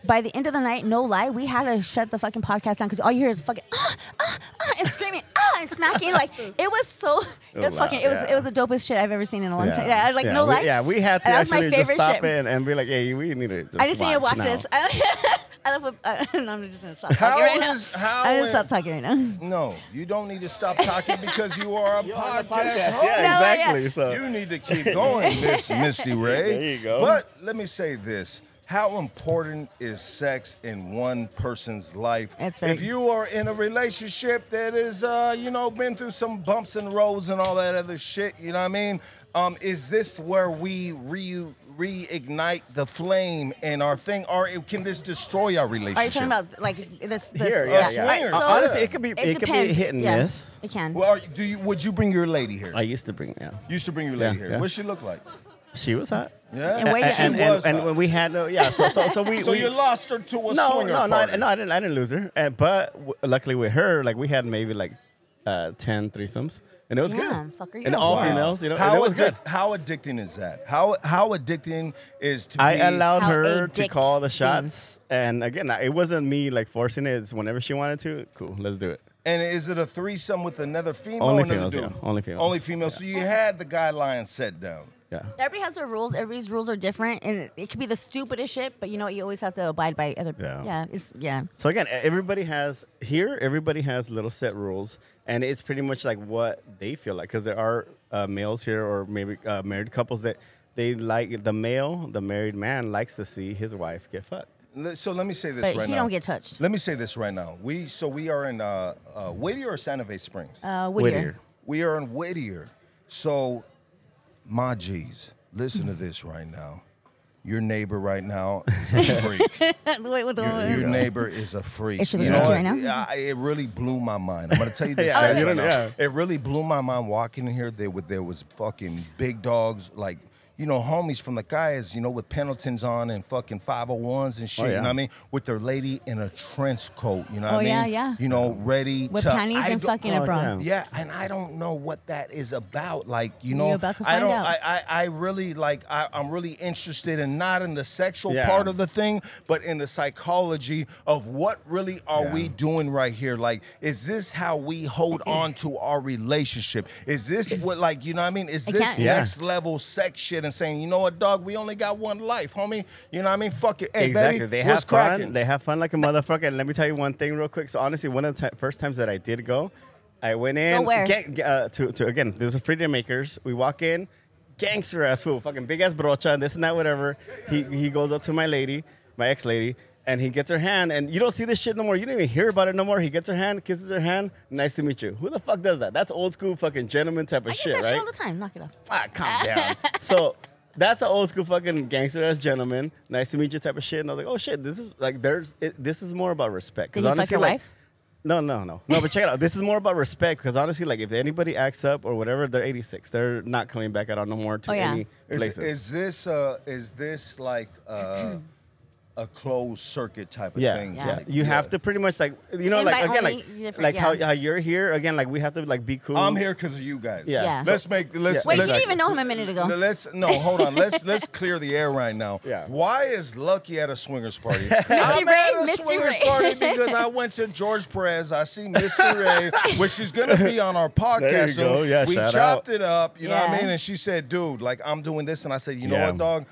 Speaker 2: by the end of the night, no lie, we had to shut the fucking podcast down because all you hear is fucking ah ah ah and screaming ah and smacking. Like it was so it was
Speaker 3: loud,
Speaker 2: fucking it was
Speaker 3: Oh, yeah.
Speaker 2: it was the dopest shit I've ever seen in a long time. Yeah, I- like no
Speaker 3: we,
Speaker 2: lie.
Speaker 3: Yeah, we had to
Speaker 2: That was my
Speaker 3: actually just
Speaker 2: favorite
Speaker 3: stop
Speaker 2: shit.
Speaker 3: it and, and be like, "Hey, we need to." Just
Speaker 2: I just need to watch
Speaker 3: now.
Speaker 2: this. [laughs] I, I [laughs] love. Uh, no, I'm just gonna stop
Speaker 4: How
Speaker 2: talking right now.
Speaker 4: is- how
Speaker 2: I'm gonna
Speaker 4: is-
Speaker 2: stop talking right now.
Speaker 4: No, you don't need to stop talking because [laughs] you are a podcast, host.
Speaker 3: [laughs] Yeah,
Speaker 2: No, yeah.
Speaker 3: exactly. So
Speaker 4: You need to
Speaker 2: [laughs]
Speaker 4: keep going, Miss Misty Ray.
Speaker 3: There you go.
Speaker 4: But let me say this. How important is sex in one person's life?
Speaker 2: It's very-
Speaker 4: if you are in a relationship that is, uh, you know, been through some bumps and roads and all that other shit, you know what I mean? Um, is this where we re- reignite the flame in our thing, or it- can this destroy our relationship?
Speaker 2: Are you talking about like this? this
Speaker 3: here, yeah,
Speaker 4: yeah, yeah.
Speaker 3: yeah.
Speaker 2: Alright,
Speaker 4: Swingers.
Speaker 2: so-
Speaker 3: Honestly, it could be it,
Speaker 2: It,
Speaker 3: could be
Speaker 2: depends.
Speaker 3: hit and
Speaker 2: yeah,
Speaker 3: miss.
Speaker 2: It can.
Speaker 4: Well, are, do you would you bring your lady here?
Speaker 3: I used to bring. Yeah,
Speaker 4: You used to bring your lady
Speaker 3: Yeah,
Speaker 4: here.
Speaker 3: yeah.
Speaker 4: What she look like?
Speaker 3: she was hot.
Speaker 4: Yeah.
Speaker 2: And where you-
Speaker 3: and,
Speaker 2: She
Speaker 3: and, and,
Speaker 4: was hot.
Speaker 3: and when we had no, yeah. So so so
Speaker 2: [laughs]
Speaker 3: we
Speaker 4: So
Speaker 3: we,
Speaker 4: you lost her to a
Speaker 3: no,
Speaker 4: swinger
Speaker 3: no, no,
Speaker 4: party.
Speaker 3: I- no, I didn't, I didn't lose her. And, but w- luckily with her, like we had maybe like uh, 10 threesomes. And it was
Speaker 2: Damn,
Speaker 3: good.
Speaker 2: fucker, you
Speaker 3: and
Speaker 2: don't
Speaker 3: all
Speaker 2: know.
Speaker 3: females, you know,
Speaker 4: how
Speaker 3: and it was good.
Speaker 4: addic- How addicting is that? How how addicting is to
Speaker 3: I
Speaker 4: be?
Speaker 3: allowed
Speaker 2: How
Speaker 3: her to
Speaker 2: addicting.
Speaker 3: call the shots. And again, I- it wasn't me like forcing it. It's whenever she wanted to, cool, let's do it.
Speaker 4: and is it a threesome with another female?
Speaker 3: Only
Speaker 4: or another
Speaker 3: females,
Speaker 4: dude?
Speaker 3: yeah. Only females.
Speaker 4: Only females. So you had the guidelines set down.
Speaker 3: Yeah.
Speaker 2: Everybody has their rules. Everybody's rules are different, and it, it could be the stupidest shit. But you know what? You always have to abide by other.
Speaker 3: Yeah.
Speaker 2: Yeah. It's yeah.
Speaker 3: So again, e- everybody has here. Everybody has little set rules, and it's pretty much like what they feel like. Because there are uh, males here, or maybe uh, married couples that they like. The male, the married man, likes to see his wife get fucked.
Speaker 4: Le- So let me say this
Speaker 2: But
Speaker 4: right
Speaker 2: he
Speaker 4: now.
Speaker 2: don't get touched.
Speaker 4: Let me say this right now. We so we are in uh, uh, Whittier or Santa Fe Springs.
Speaker 2: Uh, Whittier.
Speaker 3: Whittier.
Speaker 4: We are in Whittier. So, my G's, listen to this right now. Your neighbor right now is
Speaker 2: [laughs]
Speaker 4: a freak.
Speaker 2: Wait, what the?
Speaker 4: Your, your neighbor is a freak.
Speaker 2: Is she
Speaker 4: You
Speaker 2: looking
Speaker 4: know
Speaker 2: at you
Speaker 4: what?
Speaker 2: right now?
Speaker 4: I, it really blew my mind. I'm gonna
Speaker 3: [laughs]
Speaker 4: tell you this.
Speaker 3: Yeah,
Speaker 4: right
Speaker 3: you don't-
Speaker 4: now.
Speaker 3: yeah.
Speaker 4: It really blew my mind walking in here. There was there was fucking big dogs like. You know, homies from the guys, you know, with Pendletons on and fucking 501s and shit,
Speaker 3: Oh,
Speaker 4: you
Speaker 3: yeah.
Speaker 4: know what I mean? With their lady in a trench coat, you know what
Speaker 2: Oh,
Speaker 4: I mean?
Speaker 2: yeah, yeah.
Speaker 4: You know, ready
Speaker 2: With
Speaker 4: to.
Speaker 2: panties
Speaker 4: I
Speaker 2: and
Speaker 4: don't-
Speaker 2: fucking
Speaker 3: Oh,
Speaker 2: a bra.
Speaker 3: yeah.
Speaker 4: yeah, and I don't know what that is about. Like, you know,
Speaker 2: about to
Speaker 4: I
Speaker 2: find
Speaker 4: don't.
Speaker 2: out.
Speaker 4: I, I, I really like. I, I'm really interested in not in the sexual
Speaker 3: Yeah.
Speaker 4: part of the thing, but in the psychology of what really are we
Speaker 3: Yeah.
Speaker 4: doing right here? Like, is this how we hold on to our relationship? Is this what, like, you know, what I mean? Is this
Speaker 2: can't-
Speaker 3: Yeah.
Speaker 4: next level sex shit and saying, you know what, dog, we only got one life, homie. You know what I mean? Fuck it. Hey,
Speaker 3: exactly.
Speaker 4: baby,
Speaker 3: they
Speaker 4: what's
Speaker 3: have fun.
Speaker 4: cracking?
Speaker 3: They have fun like a motherfucker. And let me tell you one thing real quick. So honestly, one of the ti- first times that I did go, I went in.
Speaker 2: where?
Speaker 3: Get, get, uh, to, to again, there's a Freedom Makers. We walk in, gangster ass fool, fucking big ass brocha, and this and that, whatever. He he goes up to my lady, my ex lady. And he gets her hand, and you don't see this shit no more. You don't even hear about it no more. He gets her hand, kisses her hand. Nice to meet you. Who the fuck does that? That's old school fucking gentleman type of
Speaker 2: I get
Speaker 3: shit,
Speaker 2: that
Speaker 3: right?
Speaker 2: shit all the time. Knock it off.
Speaker 3: ah,
Speaker 2: [laughs]
Speaker 3: calm down. so that's an old school fucking gangster ass gentleman. Nice to meet you type of shit. And I was like, oh shit, this is like there's it, this is more about respect.
Speaker 2: Did
Speaker 3: 'Cause
Speaker 2: he fuck your
Speaker 3: like,
Speaker 2: wife?
Speaker 3: No, no, no, no. But check it out. This is more about respect because honestly, like if anybody acts up or whatever, they're 86. They're not coming back out on no more to
Speaker 2: Oh, yeah.
Speaker 3: any
Speaker 4: Is,
Speaker 3: places.
Speaker 4: is this uh, is this like uh, a closed circuit type of
Speaker 3: yeah,
Speaker 4: thing?
Speaker 3: yeah.
Speaker 4: Like,
Speaker 3: You have
Speaker 4: yeah.
Speaker 3: to pretty much like you know,
Speaker 2: Invite
Speaker 3: like again,
Speaker 2: only,
Speaker 3: like
Speaker 2: different-
Speaker 3: like how,
Speaker 2: yeah.
Speaker 3: how you're here again. Like we have to like be cool.
Speaker 4: I'm here because of you guys.
Speaker 3: Yeah.
Speaker 2: Yeah.
Speaker 4: Let's make let's
Speaker 2: Wait, you
Speaker 4: let's,
Speaker 2: didn't even know him a minute ago.
Speaker 4: No, let's no, hold on. Let's let's clear the air right now.
Speaker 3: Yeah.
Speaker 4: Why is Lucky at a swingers
Speaker 3: [laughs]
Speaker 4: party? I'm
Speaker 2: Ray,
Speaker 4: at a
Speaker 2: Misty
Speaker 4: swingers
Speaker 2: Ray.
Speaker 4: party because I went to George Perez. I see Misty
Speaker 2: [laughs]
Speaker 4: Ray, which she's gonna be on our podcast.
Speaker 3: There you
Speaker 4: soon.
Speaker 3: go. Yeah,
Speaker 4: we
Speaker 3: shout
Speaker 4: chopped
Speaker 3: out.
Speaker 4: it up. You know what
Speaker 2: Yeah.
Speaker 4: I mean? And she said, "Dude, like I'm doing this," and I said, "You know
Speaker 3: Yeah.
Speaker 4: what, dog."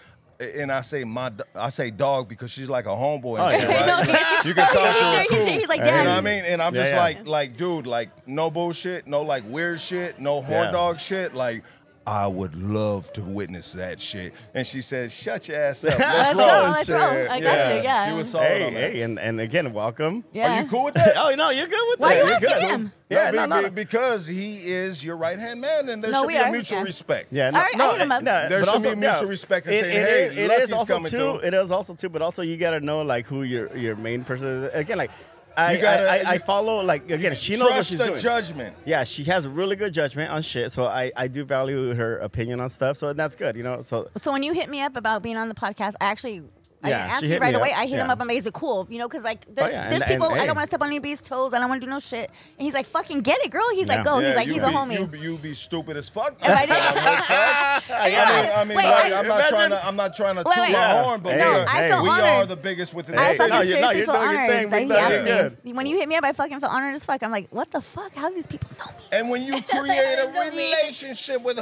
Speaker 4: And I say my, do- I say dog because she's like a homeboy.
Speaker 3: Oh,
Speaker 4: and shit,
Speaker 3: yeah.
Speaker 4: right? You can talk to her.
Speaker 2: [laughs] He's- he's- he's like,
Speaker 4: You know
Speaker 2: "Dad."
Speaker 4: what I mean? And I'm
Speaker 3: Yeah,
Speaker 4: just
Speaker 3: yeah.
Speaker 4: like, like, dude, like, no bullshit, no like weird shit, no horn
Speaker 3: Yeah.
Speaker 4: dog shit. Like, I would love to witness that shit. And she said, "Shut your
Speaker 3: [laughs]
Speaker 4: ass up.
Speaker 2: Let's
Speaker 4: Let's
Speaker 2: go.
Speaker 4: roll."
Speaker 2: Let's roll. I got
Speaker 4: Yeah,
Speaker 2: you. Yeah.
Speaker 4: she was so- Hold
Speaker 3: Hey,
Speaker 4: on, man.
Speaker 3: hey, and, and again, welcome.
Speaker 2: Yeah.
Speaker 4: Are you cool with that?
Speaker 3: [laughs] oh no, you're good with
Speaker 2: Why
Speaker 3: that.
Speaker 2: you
Speaker 3: You're
Speaker 2: asking
Speaker 3: good.
Speaker 2: him?
Speaker 3: Yeah,
Speaker 4: no, be-
Speaker 3: no, no,
Speaker 4: be-
Speaker 3: no.
Speaker 4: because he is your right hand man, and there
Speaker 2: No,
Speaker 4: should
Speaker 2: we
Speaker 4: be a
Speaker 2: are,
Speaker 4: mutual
Speaker 2: yeah.
Speaker 4: respect.
Speaker 3: Yeah, no,
Speaker 2: All right,
Speaker 3: no,
Speaker 2: I hit him up.
Speaker 3: no,
Speaker 4: There
Speaker 3: but
Speaker 4: should
Speaker 3: also-
Speaker 4: be mutual
Speaker 3: no,
Speaker 4: respect in
Speaker 3: it-
Speaker 4: saying,
Speaker 3: it
Speaker 4: "Hey,
Speaker 3: is- it
Speaker 4: Lucky's
Speaker 3: is also
Speaker 4: coming
Speaker 3: too.
Speaker 4: through."
Speaker 3: It is also too, but also you gotta know like who your your main person is. Again, like I
Speaker 4: You gotta-
Speaker 3: I, I, I
Speaker 4: you-
Speaker 3: follow like again she knows
Speaker 4: Trust
Speaker 3: what she's
Speaker 4: the
Speaker 3: doing.
Speaker 4: judgment.
Speaker 3: Yeah, she has really good judgment on shit, so I I do value her opinion on stuff. So that's good, you know. So
Speaker 2: So when you hit me up about being on the podcast, I actually. I
Speaker 3: Yeah,
Speaker 2: didn't
Speaker 3: she
Speaker 2: ask
Speaker 3: hit
Speaker 2: you
Speaker 3: me
Speaker 2: right
Speaker 3: up.
Speaker 2: away. I hit him
Speaker 3: Yeah. Oh,
Speaker 2: up. I'm like, is it cool? You know, because like there's,
Speaker 3: yeah, and-
Speaker 2: there's
Speaker 3: and
Speaker 2: people I
Speaker 3: hey.
Speaker 2: don't want to step on anybody's toes. I don't want to do no shit. And he's like, fucking get it, girl. He's
Speaker 3: Yeah.
Speaker 2: like, go.
Speaker 4: Yeah,
Speaker 2: Oh, he's like,
Speaker 4: you
Speaker 2: he's
Speaker 4: be,
Speaker 2: a homie.
Speaker 4: You be, you be stupid as fuck.
Speaker 2: If I
Speaker 4: That
Speaker 2: didn't-
Speaker 4: makes sense. I mean, I mean,
Speaker 2: Wait,
Speaker 4: like,
Speaker 2: I-
Speaker 4: I'm not trying
Speaker 3: Imagine-
Speaker 4: to, I'm not trying to
Speaker 2: Wait,
Speaker 4: toot
Speaker 2: wait.
Speaker 4: my
Speaker 3: Yeah.
Speaker 4: horn,
Speaker 3: No,
Speaker 4: but we, are,
Speaker 3: I
Speaker 2: feel
Speaker 4: we are
Speaker 2: honored.
Speaker 4: the biggest within the
Speaker 2: I
Speaker 3: Hey,
Speaker 4: city.
Speaker 2: fucking
Speaker 3: no, you're- no,
Speaker 2: seriously
Speaker 3: you're
Speaker 2: feel
Speaker 3: doing your
Speaker 2: honored
Speaker 3: thing,
Speaker 2: that
Speaker 3: big
Speaker 2: he
Speaker 3: dog.
Speaker 2: asked me.
Speaker 3: You're
Speaker 2: When you hit me up, I fucking feel honored as fuck. I'm like, what the fuck? How do these people know me? [laughs]
Speaker 4: And when you create a
Speaker 2: know me.
Speaker 4: relationship with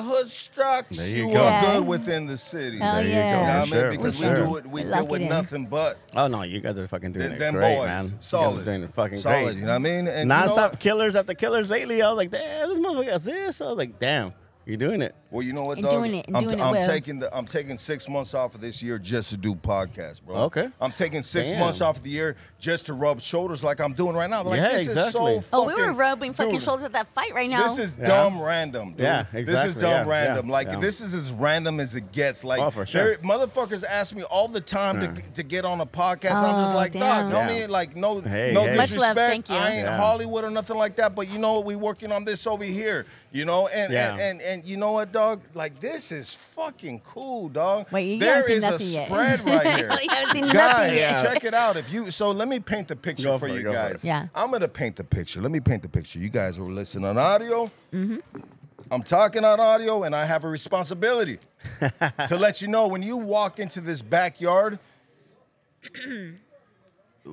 Speaker 4: Hoodstocks,
Speaker 3: you
Speaker 4: you,
Speaker 3: go.
Speaker 4: are
Speaker 2: Yeah.
Speaker 4: good within the city.
Speaker 2: Hell
Speaker 3: There you
Speaker 4: You know
Speaker 2: Oh, yeah.
Speaker 4: what I
Speaker 3: Sure,
Speaker 4: mean? Because
Speaker 3: for
Speaker 4: we
Speaker 3: sure.
Speaker 4: do it, we
Speaker 2: Lucky
Speaker 4: deal with
Speaker 2: then.
Speaker 4: nothing but
Speaker 3: oh no, you guys are fucking doing
Speaker 4: th-
Speaker 3: it
Speaker 4: them
Speaker 3: great,
Speaker 4: boys.
Speaker 3: man. You guys
Speaker 4: Solid.
Speaker 3: are doing it fucking
Speaker 4: Solid,
Speaker 3: great.
Speaker 4: you know what I mean? And you know
Speaker 3: Non-stop
Speaker 4: what?
Speaker 3: killers after killers lately. I was like, damn, this motherfucker got this. I was like, damn, you're doing it.
Speaker 4: Well, you know what,
Speaker 2: And
Speaker 4: dog?
Speaker 2: doing it, and
Speaker 4: I'm,
Speaker 2: doing it
Speaker 4: I'm
Speaker 2: well.
Speaker 4: taking the I'm taking six months off of this year just to do podcasts, bro.
Speaker 3: Okay.
Speaker 4: I'm taking six
Speaker 3: Damn.
Speaker 4: months off of the year just to rub shoulders like I'm doing right now. Like
Speaker 3: Yeah,
Speaker 4: this
Speaker 3: exactly.
Speaker 4: is so
Speaker 2: Oh, we
Speaker 4: fucking-
Speaker 2: were rubbing fucking
Speaker 4: Dude,
Speaker 2: shoulders at that fight right now.
Speaker 4: This
Speaker 2: [laughs]
Speaker 4: is
Speaker 3: Yeah.
Speaker 4: dumb random. Dude.
Speaker 3: Yeah,
Speaker 4: This is
Speaker 3: exactly,
Speaker 4: dumb
Speaker 3: yeah,
Speaker 4: random.
Speaker 3: yeah,
Speaker 4: like
Speaker 3: yeah.
Speaker 4: this is as random as it gets. Like
Speaker 3: Oh, for sure.
Speaker 4: there- motherfuckers ask me all the time to, to get on a podcast. and I'm just
Speaker 2: Oh,
Speaker 4: like, dog,
Speaker 2: damn.
Speaker 4: I
Speaker 3: Yeah.
Speaker 4: mean, like no,
Speaker 3: Hey,
Speaker 4: no
Speaker 3: hey.
Speaker 2: Much love,
Speaker 4: disrespect.
Speaker 2: thank you.
Speaker 4: I ain't
Speaker 3: Yeah.
Speaker 4: Hollywood or nothing like that. But you know what? We working on this over here. You know, and
Speaker 3: Yeah.
Speaker 4: and, and and you know what, dog? Like this is fucking cool, dog.
Speaker 2: Wait, you
Speaker 4: there
Speaker 2: haven't seen
Speaker 4: is a
Speaker 2: nothing yet. [laughs]
Speaker 4: spread right here.
Speaker 2: you
Speaker 3: [laughs]
Speaker 2: haven't seen
Speaker 4: Guys,
Speaker 2: nothing yet.
Speaker 4: check it out. If you so, let me paint the picture
Speaker 3: Go
Speaker 4: for,
Speaker 3: for it,
Speaker 4: you
Speaker 3: go for
Speaker 4: guys.
Speaker 3: it.
Speaker 2: Yeah.
Speaker 4: I'm gonna paint the picture. Let me paint the picture. You guys are listening on audio. Mm-hmm. I'm talking on audio, and I have a responsibility
Speaker 3: [laughs]
Speaker 4: to let you know when you walk into this backyard.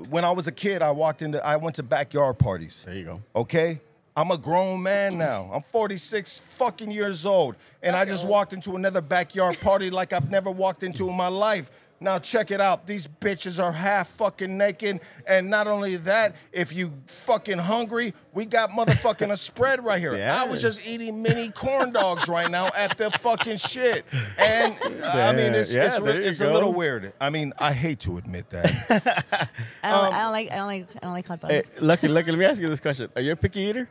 Speaker 4: when I was a kid, I walked into I went to backyard parties.
Speaker 3: There you go.
Speaker 4: Okay? I'm a grown man now. I'm 46 fucking years old. And I just walked into another backyard party like I've never walked into in my life. Now check it out. These bitches are half fucking naked. And not only that, if you fucking hungry, we got motherfucking
Speaker 3: [laughs]
Speaker 4: a spread right here.
Speaker 3: Yeah.
Speaker 4: I was just eating mini corn dogs right now at the fucking shit. And I mean, it's,
Speaker 3: Yeah,
Speaker 4: it's,
Speaker 3: there you
Speaker 4: it's a
Speaker 3: go.
Speaker 4: little weird. I mean, I hate to admit that.
Speaker 2: I
Speaker 3: Um,
Speaker 2: don't, I don't like. I don't like. I don't like hot dogs.
Speaker 3: Hey, lucky, lucky. Let me ask you this question: Are you a picky eater?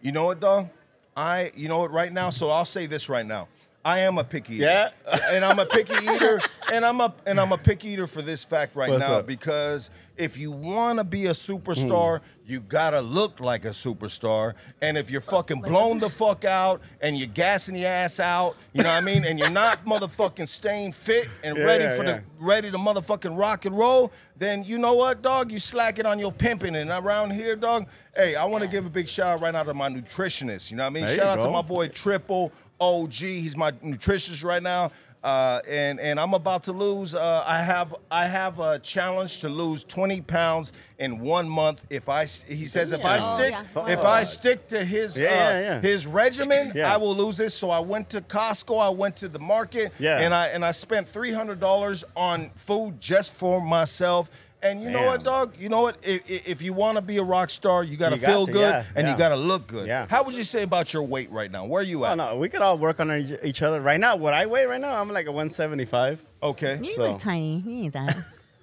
Speaker 4: You know what, dog? I, you know what, right now. So I'll say this right now. I am a picky eater.
Speaker 3: Yeah?
Speaker 4: [laughs] and I'm a picky eater, and I'm a and I'm a picky eater for this fact right
Speaker 3: What's
Speaker 4: now
Speaker 3: up? Hmm.
Speaker 4: because if you want to be a superstar, you gotta look like a superstar. And if you're fucking blown the fuck out and you're gassing your ass out, you know what I mean, and you're
Speaker 3: [laughs]
Speaker 4: not motherfucking staying fit and
Speaker 3: Yeah,
Speaker 4: ready
Speaker 3: yeah,
Speaker 4: for
Speaker 3: yeah.
Speaker 4: the ready to motherfucking rock and roll, then you know what, dog? You slacking on your pimping. And around here, dog, hey, I want to give a big shout out right now to my nutritionist. You know what I mean?
Speaker 3: There you
Speaker 4: shout out to
Speaker 3: go.
Speaker 4: my boy Triple OG. He's my nutritionist right now. uh, and and I'm about to lose. Uh, I have I have a challenge to lose 20 pounds in one month. If I s- he says if I
Speaker 3: Damn.
Speaker 4: stick
Speaker 2: Oh,
Speaker 3: yeah.
Speaker 4: if I
Speaker 3: Fuck.
Speaker 4: stick to his
Speaker 3: Yeah,
Speaker 4: uh,
Speaker 3: yeah, yeah.
Speaker 4: his regimen,
Speaker 3: Yeah.
Speaker 4: I will lose this. So I went to Costco. I went to the market.
Speaker 3: Yeah.
Speaker 4: and I and I spent $300 on food just for myself. And you know what,
Speaker 3: Damn.
Speaker 4: dog? You know what? If, if if you want to be a rock star, you got to
Speaker 3: You got
Speaker 4: feel
Speaker 3: to,
Speaker 4: good
Speaker 3: yeah,
Speaker 4: and
Speaker 3: yeah.
Speaker 4: you got to look good.
Speaker 3: Yeah.
Speaker 4: How would you say about your weight right now? Where are you
Speaker 3: Oh,
Speaker 4: at?
Speaker 3: no, we could all work on each each other. Right now, what I weigh right now, I'm like a 175.
Speaker 4: Okay.
Speaker 2: You
Speaker 3: So-
Speaker 2: look tiny. You ain't that.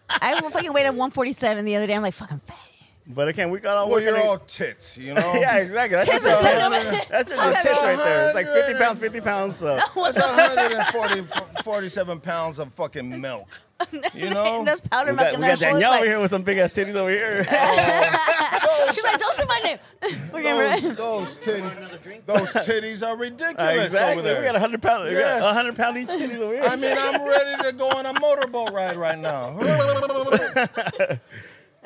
Speaker 2: I fucking weighed at 147 the other day. I'm like, fucking fat.
Speaker 3: But again, we could all
Speaker 4: Well,
Speaker 3: work.
Speaker 4: you're
Speaker 3: on e-, [laughs]
Speaker 4: all tits, you know?
Speaker 3: yeah, exactly. That's just
Speaker 2: Tits,
Speaker 3: a
Speaker 2: tits.
Speaker 3: tits. [laughs] That's just a tits right there. It's like 50 pounds, 50 pounds. So.
Speaker 4: That's 140, 47 pounds of fucking milk. You know?
Speaker 2: [laughs] That's powder
Speaker 3: We
Speaker 2: milk
Speaker 3: got,
Speaker 2: and
Speaker 3: we
Speaker 2: that
Speaker 3: got
Speaker 2: shit.
Speaker 3: Danielle over
Speaker 2: Like,
Speaker 3: here with some big ass titties over here.
Speaker 2: she's like, don't say my name. [laughs] We're gonna
Speaker 4: Those, those, titties, those
Speaker 3: [laughs]
Speaker 4: titties are
Speaker 3: [laughs]
Speaker 4: ridiculous
Speaker 3: exactly.
Speaker 4: over there.
Speaker 3: We got a 100 pound, we got
Speaker 4: Yes.
Speaker 3: a 100 pound each titties over here.
Speaker 4: I mean, I'm ready to go on a motorboat ride right
Speaker 3: [laughs]
Speaker 4: now.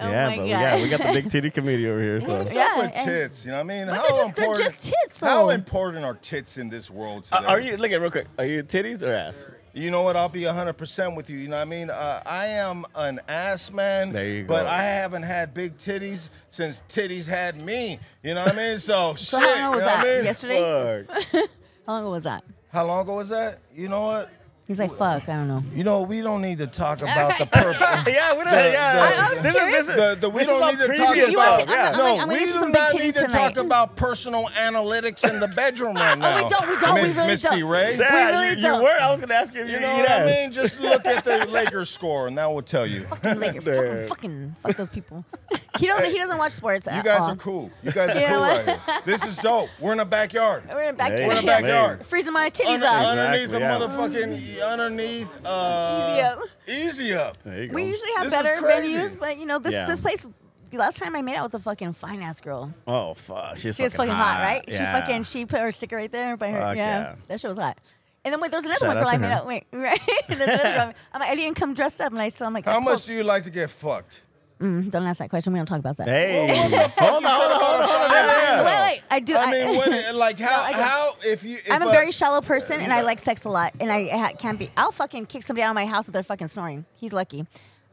Speaker 2: Oh
Speaker 3: yeah,
Speaker 2: my
Speaker 3: but
Speaker 2: God.
Speaker 3: yeah, we got the big titty committee over here. So.
Speaker 4: What's
Speaker 2: Yeah,
Speaker 4: up with
Speaker 2: and-
Speaker 4: tits? You know what I mean?
Speaker 2: they're
Speaker 4: How
Speaker 2: just- they're
Speaker 4: important,
Speaker 2: just tits, though.
Speaker 4: How important are tits in this world today?
Speaker 3: Uh, Are you look at real quick? Are you titties or ass?
Speaker 4: You know what? I'll be 100% with you. You know what I mean? Uh, I am an ass man,
Speaker 3: There you
Speaker 4: but
Speaker 3: go.
Speaker 4: I haven't had big titties since titties had me. You know what I mean?
Speaker 2: [laughs]
Speaker 4: So,
Speaker 2: So
Speaker 3: Oh,
Speaker 4: shit.
Speaker 2: how long was
Speaker 4: you know what I
Speaker 2: that?
Speaker 4: mean?
Speaker 2: Yesterday? [laughs]
Speaker 3: Fuck. [laughs]
Speaker 2: How long ago was that?
Speaker 4: How long ago was that? You know what?
Speaker 2: He's like, fuck, I don't know.
Speaker 4: You know, we don't need
Speaker 2: [laughs]
Speaker 4: to talk about the purpose.
Speaker 3: yeah, we don't.
Speaker 4: I-
Speaker 3: yeah,
Speaker 4: I was
Speaker 3: this is, this is,
Speaker 4: The, the, we
Speaker 3: this is
Speaker 4: don't
Speaker 3: all
Speaker 4: need to talk
Speaker 3: previous
Speaker 2: You wanna
Speaker 4: about.
Speaker 2: see-
Speaker 3: stuff,
Speaker 2: I'm
Speaker 3: yeah.
Speaker 2: not-
Speaker 4: no,
Speaker 2: I'm gonna
Speaker 4: we
Speaker 2: use
Speaker 4: do
Speaker 2: some big
Speaker 4: not need
Speaker 2: titties
Speaker 4: to talk
Speaker 2: tonight.
Speaker 4: about personal analytics in the bedroom right
Speaker 2: [laughs] Oh,
Speaker 4: now.
Speaker 2: we don't, we don't, we
Speaker 4: Miss,
Speaker 2: really
Speaker 4: Misty
Speaker 2: don't.
Speaker 4: Ray.
Speaker 2: That-
Speaker 3: Yeah,
Speaker 2: We really
Speaker 3: you- you,
Speaker 2: don't.
Speaker 3: were. I was gonna ask you if you,
Speaker 4: You know
Speaker 3: eat
Speaker 4: what I
Speaker 3: ass.
Speaker 4: mean? Just look
Speaker 2: [laughs]
Speaker 4: at the Lakers score, and that will tell [laughs] you.
Speaker 2: Fucking, like, fucking, fucking, fuck those people. He doesn't. He doesn't watch sports.
Speaker 4: You
Speaker 2: at
Speaker 4: guys
Speaker 2: all.
Speaker 4: are cool. You guys are
Speaker 2: You know
Speaker 4: cool
Speaker 2: what?
Speaker 4: right here. This is dope. We're in the backyard.
Speaker 2: We're in the
Speaker 3: There
Speaker 2: backyard.
Speaker 3: you
Speaker 4: We're in the
Speaker 3: go.
Speaker 4: backyard.
Speaker 2: Freezing my titties
Speaker 4: Under-
Speaker 2: up.
Speaker 4: underneath the
Speaker 3: Exactly, yeah.
Speaker 4: motherfucking underneath uh
Speaker 2: Easy up.
Speaker 4: Easy up.
Speaker 3: There you go.
Speaker 2: We usually have
Speaker 4: This is
Speaker 2: better
Speaker 4: crazy.
Speaker 2: venues, but you know this
Speaker 3: Yeah.
Speaker 2: this place. the Last time I made out with a fucking fine ass girl.
Speaker 3: oh fuck, she's
Speaker 2: She was fucking hot, right?
Speaker 3: Yeah.
Speaker 2: She fucking she put her sticker right there by her.
Speaker 3: Fuck
Speaker 2: yeah.
Speaker 3: yeah.
Speaker 2: that shit was hot. And then wait, there was another
Speaker 3: Shout
Speaker 2: one
Speaker 3: out
Speaker 2: girl
Speaker 3: to
Speaker 2: I made
Speaker 3: her.
Speaker 2: out. Wait, [laughs] right? There's another girl. I'm like, I didn't come dressed up, and I still I'm like,
Speaker 4: How
Speaker 2: I
Speaker 4: much
Speaker 2: pulled-
Speaker 4: do you like to
Speaker 2: [laughs]
Speaker 4: get fucked?
Speaker 2: Don't ask that question. We don't talk about that.
Speaker 3: [laughs] Hey,
Speaker 2: [laughs]
Speaker 4: Hold on, hold on, hold on.
Speaker 2: Wait, wait, wait, I do.
Speaker 4: I mean, what, like
Speaker 2: [laughs]
Speaker 4: how
Speaker 2: I don't.
Speaker 4: how if you if
Speaker 2: I'm a
Speaker 4: uh,
Speaker 2: very shallow person, and I like sex a lot, and I ha- can't be. I'll fucking kick somebody out of my house if they're fucking snoring. He's lucky.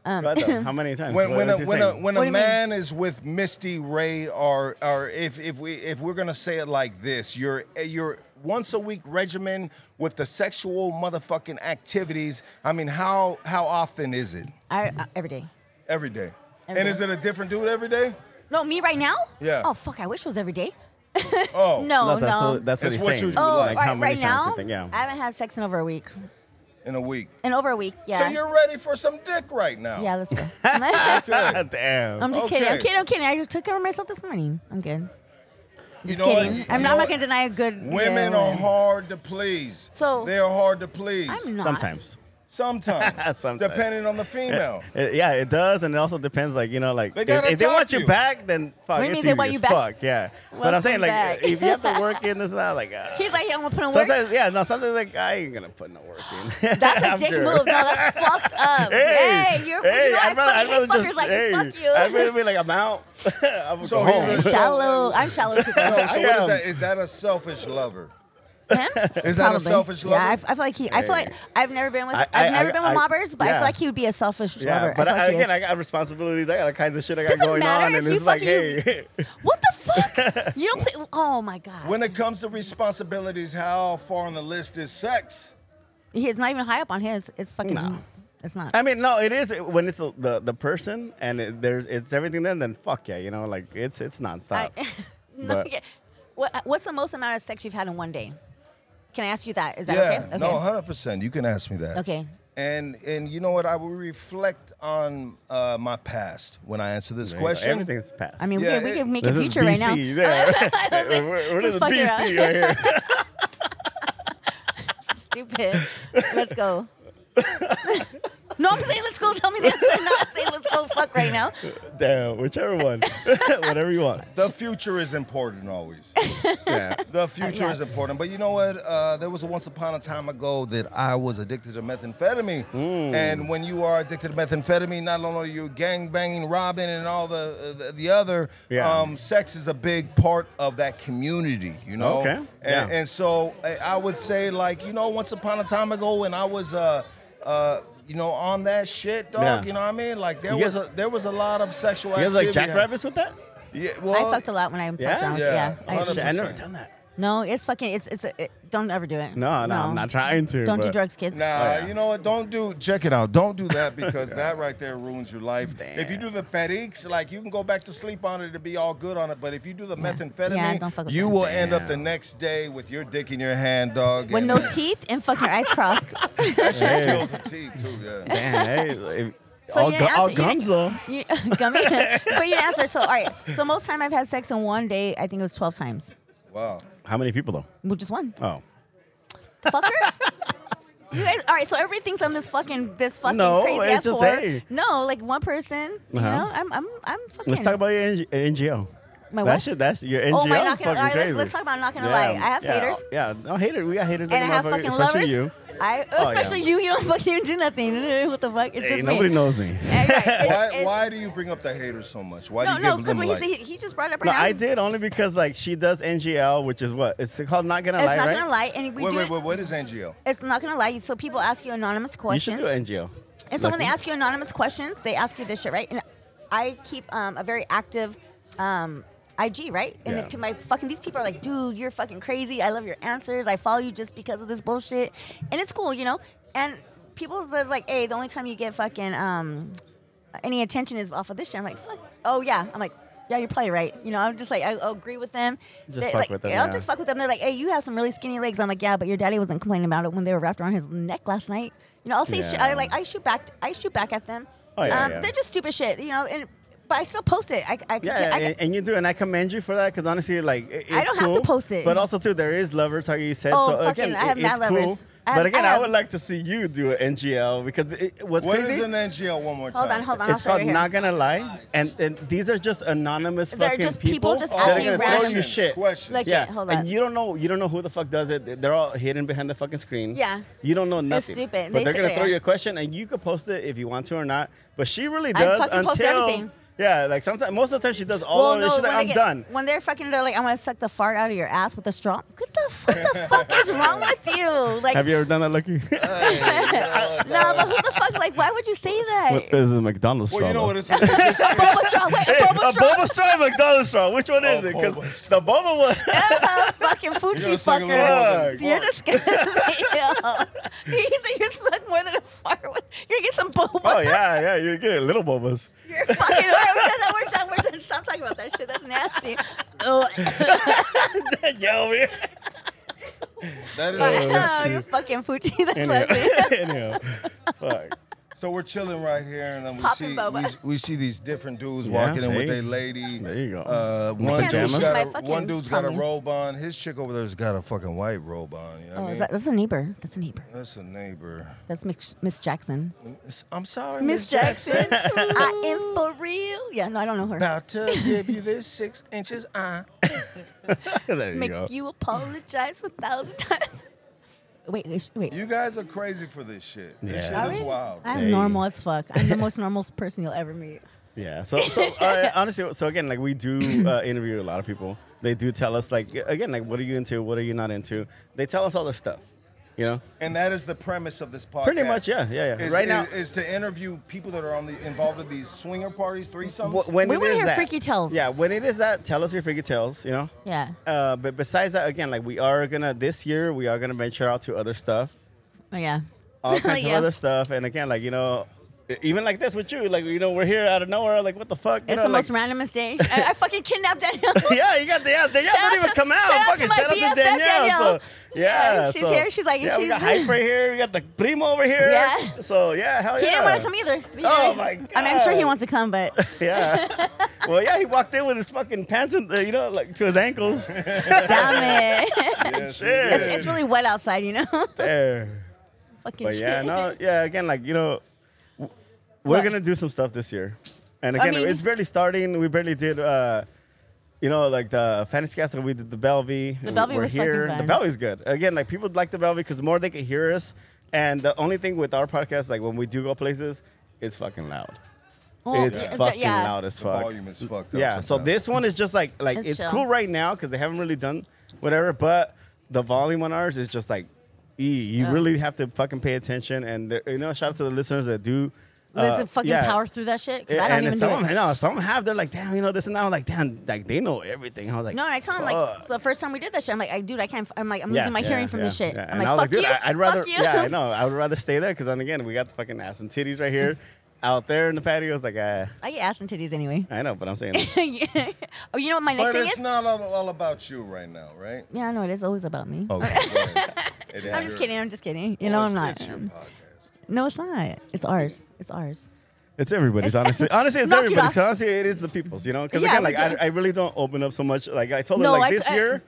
Speaker 3: What the- How many times?
Speaker 4: when
Speaker 3: What
Speaker 4: when a,
Speaker 3: does he
Speaker 4: when
Speaker 3: say?
Speaker 4: a, when
Speaker 2: What
Speaker 4: a
Speaker 2: do you mean?
Speaker 4: man is with Misty Ray or or if if we if we're gonna say it like this, your your once a week regimen with the sexual motherfucking activities. I mean, how how often is it?
Speaker 2: I, uh, every day.
Speaker 4: Every day.
Speaker 2: Every
Speaker 4: and
Speaker 2: day.
Speaker 4: is it a different dude every day?
Speaker 2: No, me right now.
Speaker 4: Yeah.
Speaker 2: Oh fuck! I wish it was every day.
Speaker 4: Oh,
Speaker 2: No, no.
Speaker 3: No, that's what, that's what
Speaker 4: It's
Speaker 3: he's
Speaker 4: what
Speaker 3: saying.
Speaker 4: you do,
Speaker 2: oh,
Speaker 4: like,
Speaker 2: right,
Speaker 3: how many
Speaker 2: right
Speaker 3: times
Speaker 2: now.
Speaker 3: you think, yeah.
Speaker 2: I haven't had sex in over a week.
Speaker 4: in a week.
Speaker 2: In over a week. Yeah.
Speaker 4: So you're ready for some dick right now.
Speaker 2: yeah, let's go.
Speaker 3: [laughs]
Speaker 2: I'm
Speaker 4: Okay.
Speaker 3: Damn.
Speaker 2: just kidding. I'm
Speaker 4: Okay.
Speaker 2: kidding. I'm kidding. I took care of myself this morning. I'm good.
Speaker 4: you
Speaker 2: [laughs] Just
Speaker 4: what?
Speaker 2: kidding.
Speaker 4: You
Speaker 2: I'm
Speaker 4: know
Speaker 2: not, I'm
Speaker 4: what?
Speaker 2: not gonna deny a good. yeah,
Speaker 4: Women are
Speaker 2: whatever.
Speaker 4: hard to please.
Speaker 2: So-
Speaker 4: they are hard to please.
Speaker 2: I'm not.
Speaker 3: Sometimes.
Speaker 2: [laughs]
Speaker 4: Sometimes,
Speaker 3: Sometimes.
Speaker 4: depending on the female.
Speaker 3: It- yeah, it does, and it also depends. Like you know, like
Speaker 4: They
Speaker 3: if,
Speaker 4: gotta
Speaker 3: if they
Speaker 4: talk
Speaker 3: want
Speaker 4: to
Speaker 3: you
Speaker 4: you.
Speaker 3: back, then fuck,
Speaker 2: What do you
Speaker 3: it's
Speaker 2: mean
Speaker 3: easy
Speaker 2: they want
Speaker 3: as
Speaker 2: you back?
Speaker 3: Fuck, yeah. but I'm saying, like,
Speaker 2: Welcome back.
Speaker 3: if you have
Speaker 2: [laughs]
Speaker 3: to work in, it's not like. Uh,
Speaker 2: He's like, I'm gonna put in work.
Speaker 3: sometimes, yeah, no, sometimes like I ain't gonna put no work
Speaker 2: [laughs]
Speaker 3: in. [laughs]
Speaker 2: That's a
Speaker 3: I'm
Speaker 2: dick
Speaker 3: good.
Speaker 2: move. No, that's fucked up.
Speaker 3: [laughs] Hey,
Speaker 2: Hey, you're.
Speaker 3: hey,
Speaker 2: you know, I
Speaker 3: I'd rather, I'd
Speaker 2: fucking hate
Speaker 3: rather
Speaker 2: fuckers
Speaker 3: just,
Speaker 2: like
Speaker 3: hey,
Speaker 2: fuck you.
Speaker 3: I'd rather be like, I'm out. I'm
Speaker 4: So
Speaker 3: so home.
Speaker 4: he's a-
Speaker 2: I'm shallow. I'm shallow
Speaker 3: [laughs]
Speaker 2: too.
Speaker 4: No, so what is
Speaker 3: am.
Speaker 4: that? Is that a selfish lover?
Speaker 2: Him?
Speaker 4: Is that a
Speaker 2: Probably.
Speaker 4: selfish lover?
Speaker 2: Yeah, I, f- I feel like he. I feel like I've never been with.
Speaker 3: I-
Speaker 2: I,
Speaker 3: I-
Speaker 2: have never
Speaker 3: I-
Speaker 2: been with
Speaker 3: I-
Speaker 2: mobbers, but I
Speaker 3: yeah.
Speaker 2: feel like he would be a selfish
Speaker 3: Yeah,
Speaker 2: lover.
Speaker 3: but
Speaker 2: feel
Speaker 3: I,
Speaker 2: like he
Speaker 3: again,
Speaker 2: is.
Speaker 3: I got responsibilities. I got all kinds of shit I got
Speaker 2: Doesn't
Speaker 3: going
Speaker 2: matter
Speaker 3: on, and
Speaker 2: if
Speaker 3: it's
Speaker 2: you
Speaker 3: like,
Speaker 2: fucking-
Speaker 3: hey, [laughs]
Speaker 2: what the fuck? you don't play. Oh my god.
Speaker 4: When it comes to responsibilities, how far on the list is sex?
Speaker 2: He is not even high up on his. It's fucking.
Speaker 3: No.
Speaker 2: It's not.
Speaker 3: I mean, no, it is when it's the the, the person and it, there's it's everything. Then, then fuck yeah, you know, like it's it's nonstop. [laughs]
Speaker 2: I- [laughs] No,
Speaker 3: but-
Speaker 2: yeah. what, what's the most amount of sex you've had in one day? Can I ask you that? Is that
Speaker 4: yeah,
Speaker 2: okay? Okay.
Speaker 4: no, hundred percent. You can ask me that.
Speaker 2: Okay.
Speaker 4: And and you know what? I will reflect on uh, my past when I answer this
Speaker 3: There you go.
Speaker 4: question.
Speaker 3: everything's past.
Speaker 2: I mean,
Speaker 4: Yeah,
Speaker 2: we,
Speaker 4: it-
Speaker 2: we can make
Speaker 3: this
Speaker 2: a
Speaker 3: is
Speaker 2: future right now.
Speaker 3: BC,
Speaker 2: [laughs]
Speaker 3: there. [laughs]
Speaker 2: I was like,
Speaker 3: we're we're
Speaker 2: just
Speaker 3: the
Speaker 2: fucking
Speaker 3: BC
Speaker 2: around.
Speaker 3: right
Speaker 2: [laughs]
Speaker 3: here.
Speaker 2: Stupid. Let's go. No, I'm saying let's go. Tell me the answer. Not saying let's go fuck right now.
Speaker 3: Damn, whichever one, [laughs] whatever you want.
Speaker 4: The future is important always.
Speaker 3: Yeah.
Speaker 4: The future
Speaker 2: yeah.
Speaker 4: is important. But you know what? Uh, there was a once upon a time ago that I was addicted to methamphetamine.
Speaker 3: Hmm.
Speaker 4: And when you are addicted to methamphetamine, not only are you gang banging, robbing, and all the uh, the, the other,
Speaker 3: Yeah.
Speaker 4: um, sex is a big part of that community, you know?
Speaker 3: Okay.
Speaker 4: And,
Speaker 3: Yeah.
Speaker 4: and so I- I would say, like, you know, once upon a time ago when I was. Uh, uh, you know, on that shit, dog.
Speaker 3: Yeah.
Speaker 4: You know what I mean? Like there
Speaker 3: You
Speaker 4: was
Speaker 3: guys-
Speaker 4: a there was a lot of sexual
Speaker 3: You guys
Speaker 4: activity.
Speaker 3: like jackrabbits with that?
Speaker 4: Yeah,
Speaker 2: I
Speaker 4: well,
Speaker 2: fucked a lot when I fucked
Speaker 3: Yeah?
Speaker 2: around.
Speaker 4: Yeah.
Speaker 2: Yeah. I-
Speaker 4: Hundred
Speaker 3: Shit, I never
Speaker 4: percent.
Speaker 3: done that.
Speaker 2: no, it's fucking. It's it's. A, it, don't ever do it.
Speaker 3: No, no, I'm not trying to.
Speaker 2: Don't do
Speaker 3: but-
Speaker 2: drugs, kids.
Speaker 4: Nah, you know what? Don't do. Check it out. Don't do that because that right there ruins your life. If you do the FedEx, like you can go back to sleep on it and be all good on it. But if you do the methamphetamine,
Speaker 2: Yeah, don't fuck with
Speaker 4: you
Speaker 2: that.
Speaker 4: will end up the next day with your dick in your hand, dog.
Speaker 2: With
Speaker 4: and
Speaker 2: no teeth and fucking your eyes crossed.
Speaker 4: that shit kills the teeth too. Yeah.
Speaker 3: Damn, hey, if-
Speaker 2: So
Speaker 3: all,
Speaker 2: you
Speaker 3: gu-
Speaker 2: didn't
Speaker 3: all
Speaker 2: answer- you
Speaker 3: gums though.
Speaker 2: didn't- You, [laughs] gummy. but you didn't answer. So all right. So most time I've had sex in one day. I think it was twelve times.
Speaker 4: Wow.
Speaker 3: How many people though?
Speaker 2: Well, just one.
Speaker 3: Oh, [laughs]
Speaker 2: Fucker. You guys, all right, so everybody thinks I'm this fucking this fucking
Speaker 3: No,
Speaker 2: crazy
Speaker 3: it's
Speaker 2: ass
Speaker 3: just,
Speaker 2: whore.
Speaker 3: hey.
Speaker 2: No, like one person. You
Speaker 3: Uh-huh.
Speaker 2: know, I'm I'm I'm fucking.
Speaker 3: let's talk about your N- NGO.
Speaker 2: My
Speaker 3: that
Speaker 2: what?
Speaker 3: shit, that's your NGO.
Speaker 2: Oh, my
Speaker 3: is
Speaker 2: not gonna
Speaker 3: fucking
Speaker 2: lie.
Speaker 3: crazy.
Speaker 2: Let's, let's talk about not gonna
Speaker 3: Yeah,
Speaker 2: lie. I have
Speaker 3: yeah,
Speaker 2: haters.
Speaker 3: Yeah, no haters. We got haters. in
Speaker 2: And I
Speaker 3: the
Speaker 2: have
Speaker 3: motherfucker,
Speaker 2: fucking
Speaker 3: especially
Speaker 2: lovers.
Speaker 3: you. Oh,
Speaker 2: I
Speaker 3: yeah.
Speaker 2: especially you. You don't fucking do nothing. [laughs] what the fuck? It's
Speaker 3: Hey,
Speaker 2: just
Speaker 3: nobody
Speaker 2: me.
Speaker 3: knows me.
Speaker 2: And, right, it's-
Speaker 4: Why,
Speaker 2: it's-
Speaker 4: why do you bring up the haters so much? Why
Speaker 2: No,
Speaker 4: do you
Speaker 2: no,
Speaker 4: give
Speaker 2: because
Speaker 4: them
Speaker 2: when
Speaker 4: like?
Speaker 2: you say he, he just brought it up.
Speaker 3: No,
Speaker 2: right
Speaker 3: I
Speaker 2: now.
Speaker 3: did only because like she does NGL, which is what it's called. Not gonna
Speaker 2: It's
Speaker 3: lie,
Speaker 2: not
Speaker 3: right?
Speaker 2: gonna lie, and we
Speaker 4: wait,
Speaker 2: do.
Speaker 4: wait,
Speaker 2: it-
Speaker 4: wait. What is NGL?
Speaker 2: It's not gonna lie. So people ask you anonymous
Speaker 3: you should
Speaker 2: questions.
Speaker 3: do NGO.
Speaker 2: And so when they ask you anonymous questions, they ask you this shit, right? And I keep um, a very active um, IG, right? And
Speaker 3: Yeah.
Speaker 2: then my fucking these people are like, dude, you're fucking crazy. I love your answers. I follow you just because of this bullshit, and it's cool, you know. And people are like, hey, the only time you get fucking um, any attention is off of this shit. I'm like, fuck. Oh yeah. I'm like. Yeah, you're probably right. You know, I'm just like I I'll agree with them.
Speaker 3: Just
Speaker 2: They-
Speaker 3: fuck
Speaker 2: like,
Speaker 3: with them,
Speaker 2: I'll
Speaker 3: yeah.
Speaker 2: just fuck with them. They're like, "Hey, you have some really skinny legs." I'm like, "Yeah, but your daddy wasn't complaining about it when they were wrapped around his neck last night." You know, I'll say shit. I
Speaker 3: Yeah.
Speaker 2: like I shoot back. I shoot back at them.
Speaker 3: Oh, yeah,
Speaker 2: um,
Speaker 3: yeah.
Speaker 2: They're just stupid shit, you know. And but I still post it. I, I,
Speaker 3: Yeah,
Speaker 2: I,
Speaker 3: and, and you do, and I commend you for that because honestly, like, it- it's
Speaker 2: I don't have to
Speaker 3: cool,
Speaker 2: post it.
Speaker 3: But also, too, there is lovers, how you said.
Speaker 2: Oh,
Speaker 3: so
Speaker 2: fucking,
Speaker 3: again,
Speaker 2: I have
Speaker 3: it-
Speaker 2: mad
Speaker 3: it's
Speaker 2: lovers.
Speaker 3: cool.
Speaker 2: I have-
Speaker 3: but again,
Speaker 2: I
Speaker 3: I,
Speaker 2: have-
Speaker 3: would like to see you do an NGL because it, what's
Speaker 4: What is
Speaker 3: crazy?
Speaker 4: an NGL? One more time.
Speaker 2: hold on, hold on. I'll
Speaker 3: it's
Speaker 2: start
Speaker 3: called
Speaker 2: right here.
Speaker 3: Not Gonna Lie, and, and these are just anonymous
Speaker 2: They're
Speaker 3: fucking
Speaker 2: just people just
Speaker 4: Oh,
Speaker 3: that are
Speaker 2: asking
Speaker 3: gonna
Speaker 2: random-
Speaker 3: throw you shit.
Speaker 4: Questions.
Speaker 2: Like- Okay,
Speaker 3: yeah,
Speaker 2: hold on.
Speaker 3: and you don't know you don't know who the fuck does it. They're all hidden behind the fucking screen.
Speaker 2: Yeah.
Speaker 3: you don't know nothing.
Speaker 2: stupid.
Speaker 3: But
Speaker 2: They
Speaker 3: they're gonna
Speaker 2: say-
Speaker 3: throw you a question, and you could post it if you want to or not. But she really
Speaker 2: I
Speaker 3: does
Speaker 2: fucking
Speaker 3: until
Speaker 2: post everything.
Speaker 3: yeah, like sometimes most of the time she does all
Speaker 2: Well,
Speaker 3: of
Speaker 2: no,
Speaker 3: this. She's
Speaker 2: when
Speaker 3: like,
Speaker 2: they
Speaker 3: I'm
Speaker 2: get-
Speaker 3: done.
Speaker 2: When they're fucking, they're like, "I want to suck the fart out of your ass with a straw." What the, f- what
Speaker 3: [laughs]
Speaker 2: the fuck is wrong with you? Like, [laughs]
Speaker 3: Have you ever done that, Lucky?
Speaker 2: no, but who the fuck? Like, why would you say that?
Speaker 3: this is a McDonald's
Speaker 4: well, you know
Speaker 2: [laughs]
Speaker 4: what
Speaker 3: though.
Speaker 4: it's, it's just, it's,
Speaker 2: Boba straw, wait, a
Speaker 3: [laughs] Hey,
Speaker 2: boba
Speaker 3: a
Speaker 2: straw,
Speaker 3: boba straw, and McDonald's straw. Which one is
Speaker 4: Oh,
Speaker 3: it? Because
Speaker 4: boba.
Speaker 3: the boba one.
Speaker 2: [laughs]
Speaker 3: [laughs]
Speaker 2: fucking [laughs]
Speaker 4: You're
Speaker 2: Fuji
Speaker 4: gonna suck a little more
Speaker 2: fucker.
Speaker 4: than a
Speaker 2: You're
Speaker 4: fart.
Speaker 2: disgusting. [laughs] he said you suck more than a fart. You're gonna get some boba.
Speaker 3: oh yeah, yeah. You're getting little [laughs] bobas.
Speaker 2: You're fucking. We're done. We're done. We're done. Stop talking about that shit. That's
Speaker 3: [laughs]
Speaker 2: nasty.
Speaker 3: Oh,
Speaker 2: Ugh.
Speaker 3: yeah, over here.
Speaker 4: that is
Speaker 2: [laughs] Oh, you're fucking Fuji. [laughs] That's ugly.
Speaker 3: [laughs] Anyhow, anyhow, fuck.
Speaker 4: So we're chilling right here, and then we
Speaker 2: Popping
Speaker 4: see we,
Speaker 2: boba.
Speaker 4: we see these different dudes
Speaker 3: Yeah,
Speaker 4: walking in with
Speaker 3: hey.
Speaker 4: their lady.
Speaker 3: There you go.
Speaker 4: Uh,
Speaker 3: With
Speaker 4: one,
Speaker 3: pajamas.
Speaker 4: dude's
Speaker 3: Can't see
Speaker 2: my
Speaker 4: got a,
Speaker 2: fucking
Speaker 4: one dude's got a
Speaker 2: tummy.
Speaker 4: robe on. His chick over there's got a fucking white robe on. You know what
Speaker 2: Oh,
Speaker 4: I mean?
Speaker 2: is that, that's a neighbor. That's a neighbor.
Speaker 4: That's a neighbor.
Speaker 2: That's Miss, Miss Jackson.
Speaker 4: It's- I'm sorry,
Speaker 2: Miss
Speaker 4: Miss
Speaker 2: Jackson. [laughs] I am for real. Yeah, no, I don't know her.
Speaker 4: [laughs] About to give you this six inches. Uh.
Speaker 3: [laughs] There you
Speaker 2: Make
Speaker 3: go.
Speaker 2: you apologize a thousand times. [laughs] Wait, wait, wait.
Speaker 4: You guys are crazy for this shit. This
Speaker 3: Yeah.
Speaker 4: shit is wild.
Speaker 2: I'm
Speaker 3: Hey.
Speaker 2: normal as fuck. I'm the most normal person you'll ever meet.
Speaker 3: Yeah.
Speaker 2: [laughs]
Speaker 3: So, so uh, honestly, so again, like we do uh, interview a lot of people. They do tell us, like, again, like, what are you into? What are you not into? They tell us all their stuff. You know,
Speaker 4: And that is the premise of this podcast.
Speaker 3: Pretty much, yeah, yeah, yeah.
Speaker 4: Is,
Speaker 3: Right
Speaker 4: is,
Speaker 3: now-
Speaker 4: is to interview people that are on the involved in these swinger parties, threesomes.
Speaker 3: Wh- when
Speaker 2: We
Speaker 3: it
Speaker 2: wanna
Speaker 3: is
Speaker 2: hear
Speaker 3: that-
Speaker 2: freaky tales.
Speaker 3: Yeah, when it is that, tell us your freaky tales. You know.
Speaker 2: Yeah.
Speaker 3: Uh, but besides that, again, like we are gonna this year, we are gonna venture out to
Speaker 2: [laughs]
Speaker 3: other stuff,
Speaker 2: Oh, yeah.
Speaker 3: all kinds
Speaker 2: Yeah.
Speaker 3: of other stuff, and again, like you know, e- even like this with you, like you know, we're here out of nowhere, like what the fuck? You
Speaker 2: It's
Speaker 3: know,
Speaker 2: the most
Speaker 3: like-
Speaker 2: randomest day. I, I fucking kidnapped Danielle.
Speaker 3: [laughs] yeah, you got the yeah, Danielle
Speaker 2: Shout out
Speaker 3: didn't even
Speaker 2: to-
Speaker 3: come out.
Speaker 2: shout out to
Speaker 3: Fucking
Speaker 2: my
Speaker 3: shout out
Speaker 2: BFF
Speaker 3: to Danielle.
Speaker 2: Danielle.
Speaker 3: So, yeah,
Speaker 2: Yeah, she's
Speaker 3: so-
Speaker 2: here. She's like,
Speaker 3: yeah, we
Speaker 2: she's-
Speaker 3: got Hyper here. We got the Primo over here.
Speaker 2: Yeah.
Speaker 3: So yeah, hell
Speaker 2: He
Speaker 3: yeah.
Speaker 2: didn't want to come either.
Speaker 3: Oh, my
Speaker 2: I mean, I'm sure he
Speaker 3: God.
Speaker 2: wants to come, but [laughs]
Speaker 3: Yeah. well, yeah, he walked in with his fucking pants, in, the- you know, like to his ankles.
Speaker 2: damn it.
Speaker 3: [laughs]
Speaker 4: Yes,
Speaker 3: Shit.
Speaker 4: it
Speaker 2: it's,
Speaker 4: is.
Speaker 2: it's really wet outside, you know? [laughs]
Speaker 3: There.
Speaker 2: Fucking
Speaker 3: But yeah,
Speaker 2: [laughs] shit.
Speaker 3: no, yeah. Again, like you know, We're
Speaker 2: What?
Speaker 3: gonna do some stuff this year, and
Speaker 2: I
Speaker 3: again,
Speaker 2: mean-
Speaker 3: it's barely starting. We barely did, uh, you know, like the Fantasy Castle. We did the Bellevue. The
Speaker 2: Bellevue
Speaker 3: we're
Speaker 2: was fucking
Speaker 3: here. The
Speaker 2: fun.
Speaker 3: Bellevue's good. Again, like people like the Bellevue because the more they can hear us. And the only thing with our podcast, like when we do go places, it's fucking loud.
Speaker 2: Well,
Speaker 3: it's
Speaker 2: yeah.
Speaker 3: fucking
Speaker 2: Yeah.
Speaker 3: loud as
Speaker 4: The
Speaker 3: fuck.
Speaker 4: volume is fucked up.
Speaker 3: yeah. So
Speaker 4: sometimes.
Speaker 3: this one is just like like
Speaker 2: It's
Speaker 3: it's,
Speaker 2: chill.
Speaker 3: cool right now because they haven't really done whatever, but the volume on ours is just like, e. You really have to fucking pay attention, and there- you know, shout out to the listeners that do.
Speaker 2: Listen,
Speaker 3: uh,
Speaker 2: fucking
Speaker 3: yeah.
Speaker 2: power through that shit. 'cause
Speaker 3: Yeah,
Speaker 2: I don't
Speaker 3: and
Speaker 2: even do
Speaker 3: some of
Speaker 2: it.
Speaker 3: them, no, some have. They're like, damn, you know this and that. I'm like, damn, like they know everything. I was like,
Speaker 2: No, and I tell him
Speaker 3: fuck.
Speaker 2: like the first time we did that shit, I'm like, I dude, I can't. f- I'm like, I'm
Speaker 3: Yeah,
Speaker 2: losing my
Speaker 3: yeah,
Speaker 2: hearing from this
Speaker 3: yeah,
Speaker 2: shit.
Speaker 3: yeah.
Speaker 2: I'm
Speaker 3: And I
Speaker 2: like,
Speaker 3: was
Speaker 2: fuck you.
Speaker 3: dude, I- I'd rather,
Speaker 2: fuck you.
Speaker 3: yeah, I know, I would rather stay there because then again, we got the fucking ass and titties right here, out there in the patio. It's like, ah,
Speaker 2: [laughs] I get ass and titties anyway. [laughs]
Speaker 3: I know, but I'm saying,
Speaker 2: Yeah. oh, you know what my next
Speaker 4: But
Speaker 2: thing
Speaker 4: it's
Speaker 2: is?
Speaker 4: not all, all about you right now, right?
Speaker 2: yeah, I know it is always about me.
Speaker 3: Oh,
Speaker 4: Okay.
Speaker 2: I'm just kidding. I'm just kidding. You know, I'm not.
Speaker 4: It's your podcast.
Speaker 2: No, it's not. It's ours. It's ours.
Speaker 3: It's everybody's, honestly. Honestly, it's
Speaker 2: Knock it
Speaker 3: everybody's.
Speaker 2: off.
Speaker 3: Honestly, it is the people's, you know? Because
Speaker 2: Yeah,
Speaker 3: again,
Speaker 2: we
Speaker 3: like, I,
Speaker 2: do.
Speaker 3: I really don't open up so much. Like, I told them,
Speaker 2: No,
Speaker 3: like,
Speaker 2: I-
Speaker 3: this
Speaker 2: I-
Speaker 3: year,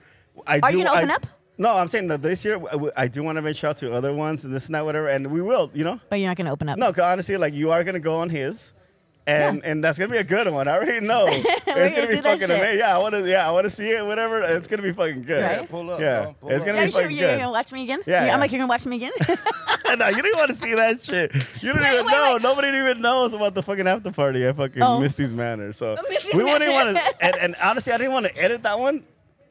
Speaker 3: I do.
Speaker 2: Are you gonna
Speaker 3: I-
Speaker 2: open up?
Speaker 3: No, I'm saying that this year, I w- I do want to reach out to other ones and this and that, whatever, and we will, you know?
Speaker 2: But you're not gonna open up.
Speaker 3: No, because honestly, like, you are going to go on his. And, and that's gonna be a good one. I
Speaker 2: [laughs]
Speaker 3: already know it's gonna,
Speaker 2: gonna
Speaker 3: be
Speaker 2: do that
Speaker 3: fucking
Speaker 2: shit.
Speaker 3: amazing. Yeah, I wanna yeah, I wanna see it. Whatever, it's gonna be fucking good.
Speaker 2: Right?
Speaker 4: Yeah, pull up,
Speaker 3: Yeah,
Speaker 4: bro. Pull
Speaker 3: it's
Speaker 4: up.
Speaker 3: gonna
Speaker 2: Are
Speaker 3: be
Speaker 2: you sure
Speaker 3: fucking
Speaker 2: you're
Speaker 3: good.
Speaker 2: gonna watch me again?
Speaker 3: Yeah,
Speaker 2: I'm
Speaker 3: yeah.
Speaker 2: like, you're gonna watch me again? [laughs]
Speaker 3: [laughs] no, you don't want to see that shit. You don't
Speaker 2: Wait,
Speaker 3: even
Speaker 2: wait,
Speaker 3: know.
Speaker 2: wait.
Speaker 3: Nobody even knows about the fucking after party at fucking
Speaker 2: Oh.
Speaker 3: Misty's
Speaker 2: [laughs]
Speaker 3: Manor. So
Speaker 2: Misty's
Speaker 3: we wouldn't
Speaker 2: Manor.
Speaker 3: want to. [laughs] And, and honestly, I didn't want to edit that one.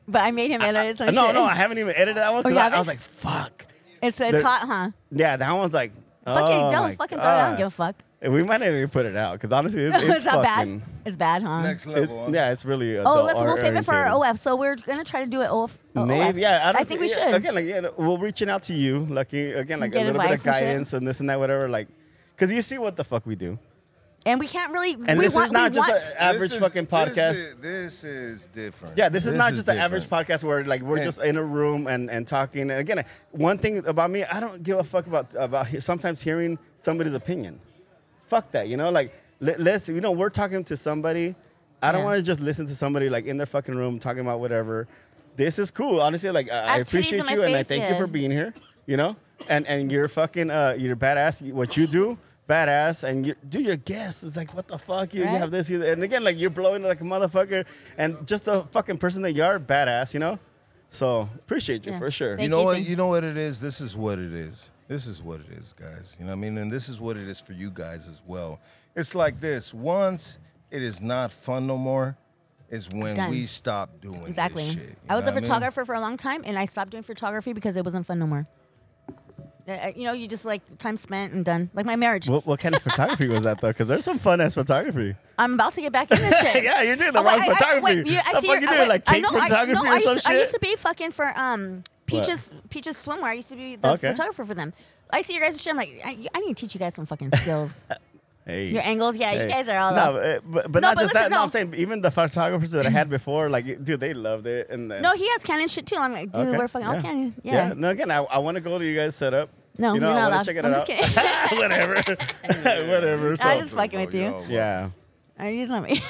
Speaker 2: but I made him edit
Speaker 3: [laughs]
Speaker 2: some
Speaker 3: no,
Speaker 2: shit. Oh,
Speaker 3: no, I haven't even edited that one. 'cause
Speaker 2: you
Speaker 3: I- I,
Speaker 2: haven't?
Speaker 3: was like, fuck.
Speaker 2: [laughs] It's it's
Speaker 3: There-
Speaker 2: hot, huh?
Speaker 3: Yeah, that one's like.
Speaker 2: Fuck
Speaker 3: oh
Speaker 2: it,
Speaker 3: my
Speaker 2: don't fucking throw it. I don't
Speaker 3: God.
Speaker 2: give a fuck.
Speaker 3: And We might not even put it out because honestly,
Speaker 2: [laughs]
Speaker 3: it's, it's
Speaker 2: It's not
Speaker 3: fucking.
Speaker 2: bad. It's bad, huh?
Speaker 4: Next
Speaker 3: It,
Speaker 4: level. huh?
Speaker 3: yeah, it's really.
Speaker 2: Oh,
Speaker 3: adult
Speaker 2: let's we'll
Speaker 3: art
Speaker 2: save it for
Speaker 3: oriented.
Speaker 2: our OF. So we're gonna try to do it OF. uh, OF.
Speaker 3: Maybe, yeah. I, don't
Speaker 2: I think
Speaker 3: see-
Speaker 2: we
Speaker 3: yeah,
Speaker 2: should.
Speaker 3: Again, like, yeah, we're reaching out to you, lucky. Again, like
Speaker 2: Get
Speaker 3: a little bit
Speaker 2: advice
Speaker 3: of
Speaker 2: and shit.
Speaker 3: guidance and this and that, whatever. Like, because you see what the fuck we do,
Speaker 2: And we can't really.
Speaker 3: and
Speaker 2: we
Speaker 3: this
Speaker 2: want,
Speaker 3: is not
Speaker 2: we
Speaker 3: just
Speaker 2: want,
Speaker 3: an average
Speaker 4: This is-
Speaker 3: fucking
Speaker 4: this
Speaker 3: podcast.
Speaker 4: is- This is, different.
Speaker 3: Yeah, this is not just the
Speaker 4: different.
Speaker 3: average podcast where like we're
Speaker 4: Hey.
Speaker 3: just in a room and, and talking. And again, one thing about me, I don't give a fuck about about he- sometimes hearing somebody's opinion. Fuck that, you know. Like let, us you know we're talking to somebody. I don't
Speaker 2: Yeah.
Speaker 3: want to just listen to somebody like in their fucking room talking about whatever. This is cool, honestly. Like I, I
Speaker 2: I've titties in
Speaker 3: appreciate
Speaker 2: my
Speaker 3: you and I
Speaker 2: face,
Speaker 3: thank you
Speaker 2: yeah.
Speaker 3: for being here. You know, and and you're fucking uh you're badass. What you do. Badass, and you do your guest. It's like, what the fuck? You, you
Speaker 2: Right?
Speaker 3: have this, you, and again, like you're blowing it like a motherfucker, and just the fucking person that you are, badass, you know. So appreciate you
Speaker 2: Yeah.
Speaker 3: for sure.
Speaker 4: You
Speaker 2: Thank
Speaker 4: know
Speaker 2: you,
Speaker 4: what?
Speaker 2: thank
Speaker 4: You know what it is. This is what it is. This is what it is, guys. You know what I mean? And this is what it is for you guys as well. It's like this. Once it is not fun no more, is when
Speaker 2: Done.
Speaker 4: we stop doing this
Speaker 2: Exactly.
Speaker 4: shit. You
Speaker 2: I was a
Speaker 4: know what mean?
Speaker 2: photographer for a long time, and I stopped doing photography because it wasn't fun no more. Uh, uh, You know, you just like time spent and done. Like my marriage.
Speaker 3: What, what kind of photography was that though? Because there's some fun ass photography.
Speaker 2: I'm about to get back in
Speaker 3: [laughs]
Speaker 2: this shit.
Speaker 3: Yeah, you're doing the
Speaker 2: Oh,
Speaker 3: wrong
Speaker 2: wait, I- I-
Speaker 3: photography.
Speaker 2: wait, you- I
Speaker 3: the
Speaker 2: see
Speaker 3: fuck
Speaker 2: your-
Speaker 3: you
Speaker 2: I-
Speaker 3: doing
Speaker 2: wait,
Speaker 3: like
Speaker 2: I
Speaker 3: cake
Speaker 2: know, I-
Speaker 3: photography
Speaker 2: no, I
Speaker 3: or some
Speaker 2: used, to-
Speaker 3: shit?
Speaker 2: I used to be fucking for um Peaches Peaches swimwear. I used to be the
Speaker 3: Okay.
Speaker 2: photographer for them. I see your guys' shit. I'm like, I, I need to teach you guys some fucking
Speaker 3: [laughs]
Speaker 2: skills.
Speaker 3: Hey.
Speaker 2: your angles, yeah, you guys are all
Speaker 3: no,
Speaker 2: off.
Speaker 3: uh, but, but
Speaker 2: No,
Speaker 3: not
Speaker 2: but
Speaker 3: just
Speaker 2: listen,
Speaker 3: that. No.
Speaker 2: no.
Speaker 3: I'm saying even the photographers that I
Speaker 2: [clears throat]
Speaker 3: had before, like, dude, they loved it. And then,
Speaker 2: No, he has Canon shit too. I'm like, dude, we're fucking all Canon. Yeah.
Speaker 3: No, again, I, I want to go to you guys' setup.
Speaker 2: No,
Speaker 3: you know,
Speaker 2: you're
Speaker 3: I
Speaker 2: not
Speaker 3: wanna
Speaker 2: allowed.
Speaker 3: Check it
Speaker 2: I'm
Speaker 3: out.
Speaker 2: just kidding.
Speaker 3: [laughs] Whatever. [laughs]
Speaker 2: [laughs]
Speaker 3: Whatever. So,
Speaker 2: just fucking with you.
Speaker 3: yeah.
Speaker 2: I use my. [laughs]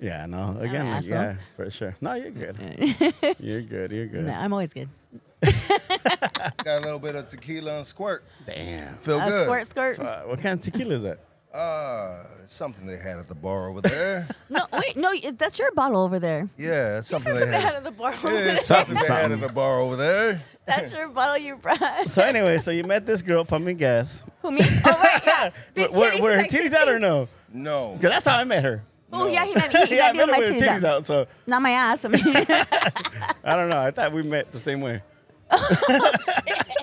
Speaker 3: Yeah, no. Again, like,
Speaker 2: asshole.
Speaker 3: yeah, for sure. No, you're good. [laughs] you're good. You're good.
Speaker 2: No, I'm always good.
Speaker 4: Got a little bit of tequila and squirt.
Speaker 3: Damn.
Speaker 4: Feel
Speaker 2: Uh,
Speaker 4: good.
Speaker 2: squirt, squirt.
Speaker 3: Uh, what kind of tequila is that?
Speaker 4: Uh, something they had at the bar
Speaker 2: [laughs]
Speaker 4: over there.
Speaker 2: No, wait, no, y- that's your bottle over there.
Speaker 4: yeah, it's something
Speaker 2: That's
Speaker 4: they
Speaker 2: what they had
Speaker 4: had.
Speaker 2: at the bar.
Speaker 4: Yeah, it's
Speaker 3: Something,
Speaker 4: something they had at
Speaker 3: something.
Speaker 4: the bar over there.
Speaker 2: [laughs] That's your bottle you brought. [laughs]
Speaker 3: So anyway, so you met this girl, pumping gas.
Speaker 2: Who
Speaker 3: [laughs]
Speaker 2: me? Oh, right, yeah.
Speaker 3: Were,
Speaker 2: Big
Speaker 3: were,
Speaker 2: titties,
Speaker 3: were her
Speaker 2: like,
Speaker 3: titties out or no?
Speaker 4: No.
Speaker 3: Because that's how I met her.
Speaker 2: Oh, yeah, he might
Speaker 3: [laughs]
Speaker 2: be. yeah,
Speaker 3: I
Speaker 2: might be
Speaker 3: met
Speaker 2: with
Speaker 3: her
Speaker 2: my
Speaker 3: with her
Speaker 2: titties,
Speaker 3: titties
Speaker 2: out.
Speaker 3: out. So
Speaker 2: Not my ass. I
Speaker 3: [laughs]
Speaker 2: mean,
Speaker 3: I don't know. I thought we met the same way.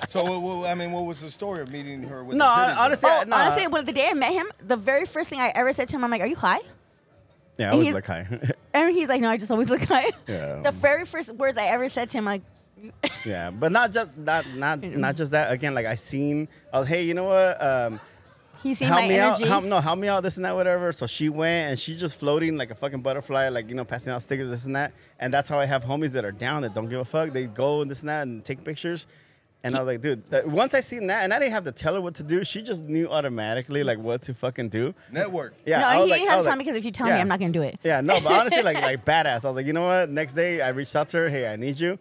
Speaker 4: So, what, what- I mean, what was the story of meeting her with
Speaker 3: No,
Speaker 4: the
Speaker 3: I-
Speaker 4: titties out?
Speaker 3: honestly, I- Oh, no.
Speaker 2: Oh, honestly, when the day I met him, the very first thing I ever said to him, I'm like, "Are you high?"
Speaker 3: yeah, I was
Speaker 2: he's-
Speaker 3: like hi. [laughs]
Speaker 2: And he's like, "No, I just always look high."
Speaker 3: Yeah.
Speaker 2: The very first words I ever said to him, like,
Speaker 3: yeah, but not just not not not just that. Again, like I seen. I was hey, you know what? Um,
Speaker 2: "He seen
Speaker 3: help
Speaker 2: my
Speaker 3: me
Speaker 2: energy."
Speaker 3: out. Help, no, help me out. This and that, whatever. So she went and she just floating like a fucking butterfly, like you know, passing out stickers, this and that. And that's how I have homies that are down that don't give a fuck. They go and this and that and take pictures. And I was like, dude, uh, once I seen that, and I didn't have to tell her what to do. She just knew automatically like what to fucking do.
Speaker 4: Network.
Speaker 3: Yeah,
Speaker 2: no,
Speaker 3: I
Speaker 2: and
Speaker 3: was
Speaker 2: he
Speaker 3: like-
Speaker 2: didn't
Speaker 3: I
Speaker 2: have
Speaker 3: was
Speaker 2: time
Speaker 3: like-
Speaker 2: because if you tell me,
Speaker 3: yeah.
Speaker 2: I'm not gonna do it.
Speaker 3: Yeah, no, but honestly, like like badass. I was like, you know what? Next day, I reached out to her. Hey, I need you.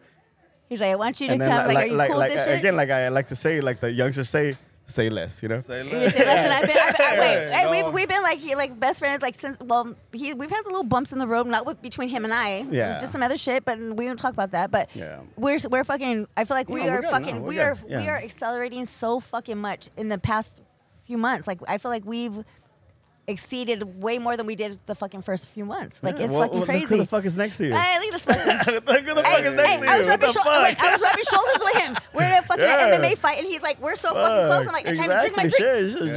Speaker 2: He's like, "I want you to
Speaker 3: And
Speaker 2: come."
Speaker 3: then
Speaker 2: Like,
Speaker 3: like
Speaker 2: are you
Speaker 3: like
Speaker 2: cool
Speaker 3: like
Speaker 2: with this
Speaker 3: again,
Speaker 2: shit?
Speaker 3: like I like to say, like the youngsters say, say less, you know?
Speaker 4: Say
Speaker 2: Yeah,
Speaker 4: less.
Speaker 2: say less than I've been. I've been I- wait,
Speaker 4: Yeah,
Speaker 2: hey,
Speaker 4: no.
Speaker 2: we've, we've been like he- like best friends like since. Well, he we've had little bumps in the road, not with, between him and I.
Speaker 3: Yeah.
Speaker 2: just some other shit, but we don't talk about that. But
Speaker 3: Yeah.
Speaker 2: we're we're fucking. I feel like we
Speaker 3: No, we're
Speaker 2: are
Speaker 3: good.
Speaker 2: fucking.
Speaker 3: No, we're
Speaker 2: we
Speaker 3: good.
Speaker 2: are we
Speaker 3: Yeah.
Speaker 2: are accelerating so fucking much in the past few months. Like I feel like we've exceeded way more than we did the fucking first few months. Like
Speaker 3: Yeah,
Speaker 2: it's
Speaker 3: well,
Speaker 2: fucking
Speaker 3: well,
Speaker 2: crazy.
Speaker 3: Look who the fuck is next to you.
Speaker 2: Hey, look at this fucking.
Speaker 3: look [laughs] who the fuck
Speaker 2: Hey,
Speaker 3: is next
Speaker 2: hey,
Speaker 3: to you.
Speaker 2: I was
Speaker 3: what
Speaker 2: rubbing
Speaker 3: the
Speaker 2: shou-
Speaker 3: fuck?
Speaker 2: wait, I was rubbing shoulders with him. We're in a fucking
Speaker 3: [laughs] Yeah.
Speaker 2: MMA fight, and he's like, "We're so fucking
Speaker 3: Fuck,
Speaker 2: close." I'm like, "I can't even drink my
Speaker 3: exactly.
Speaker 2: drink."
Speaker 3: Shit, shit,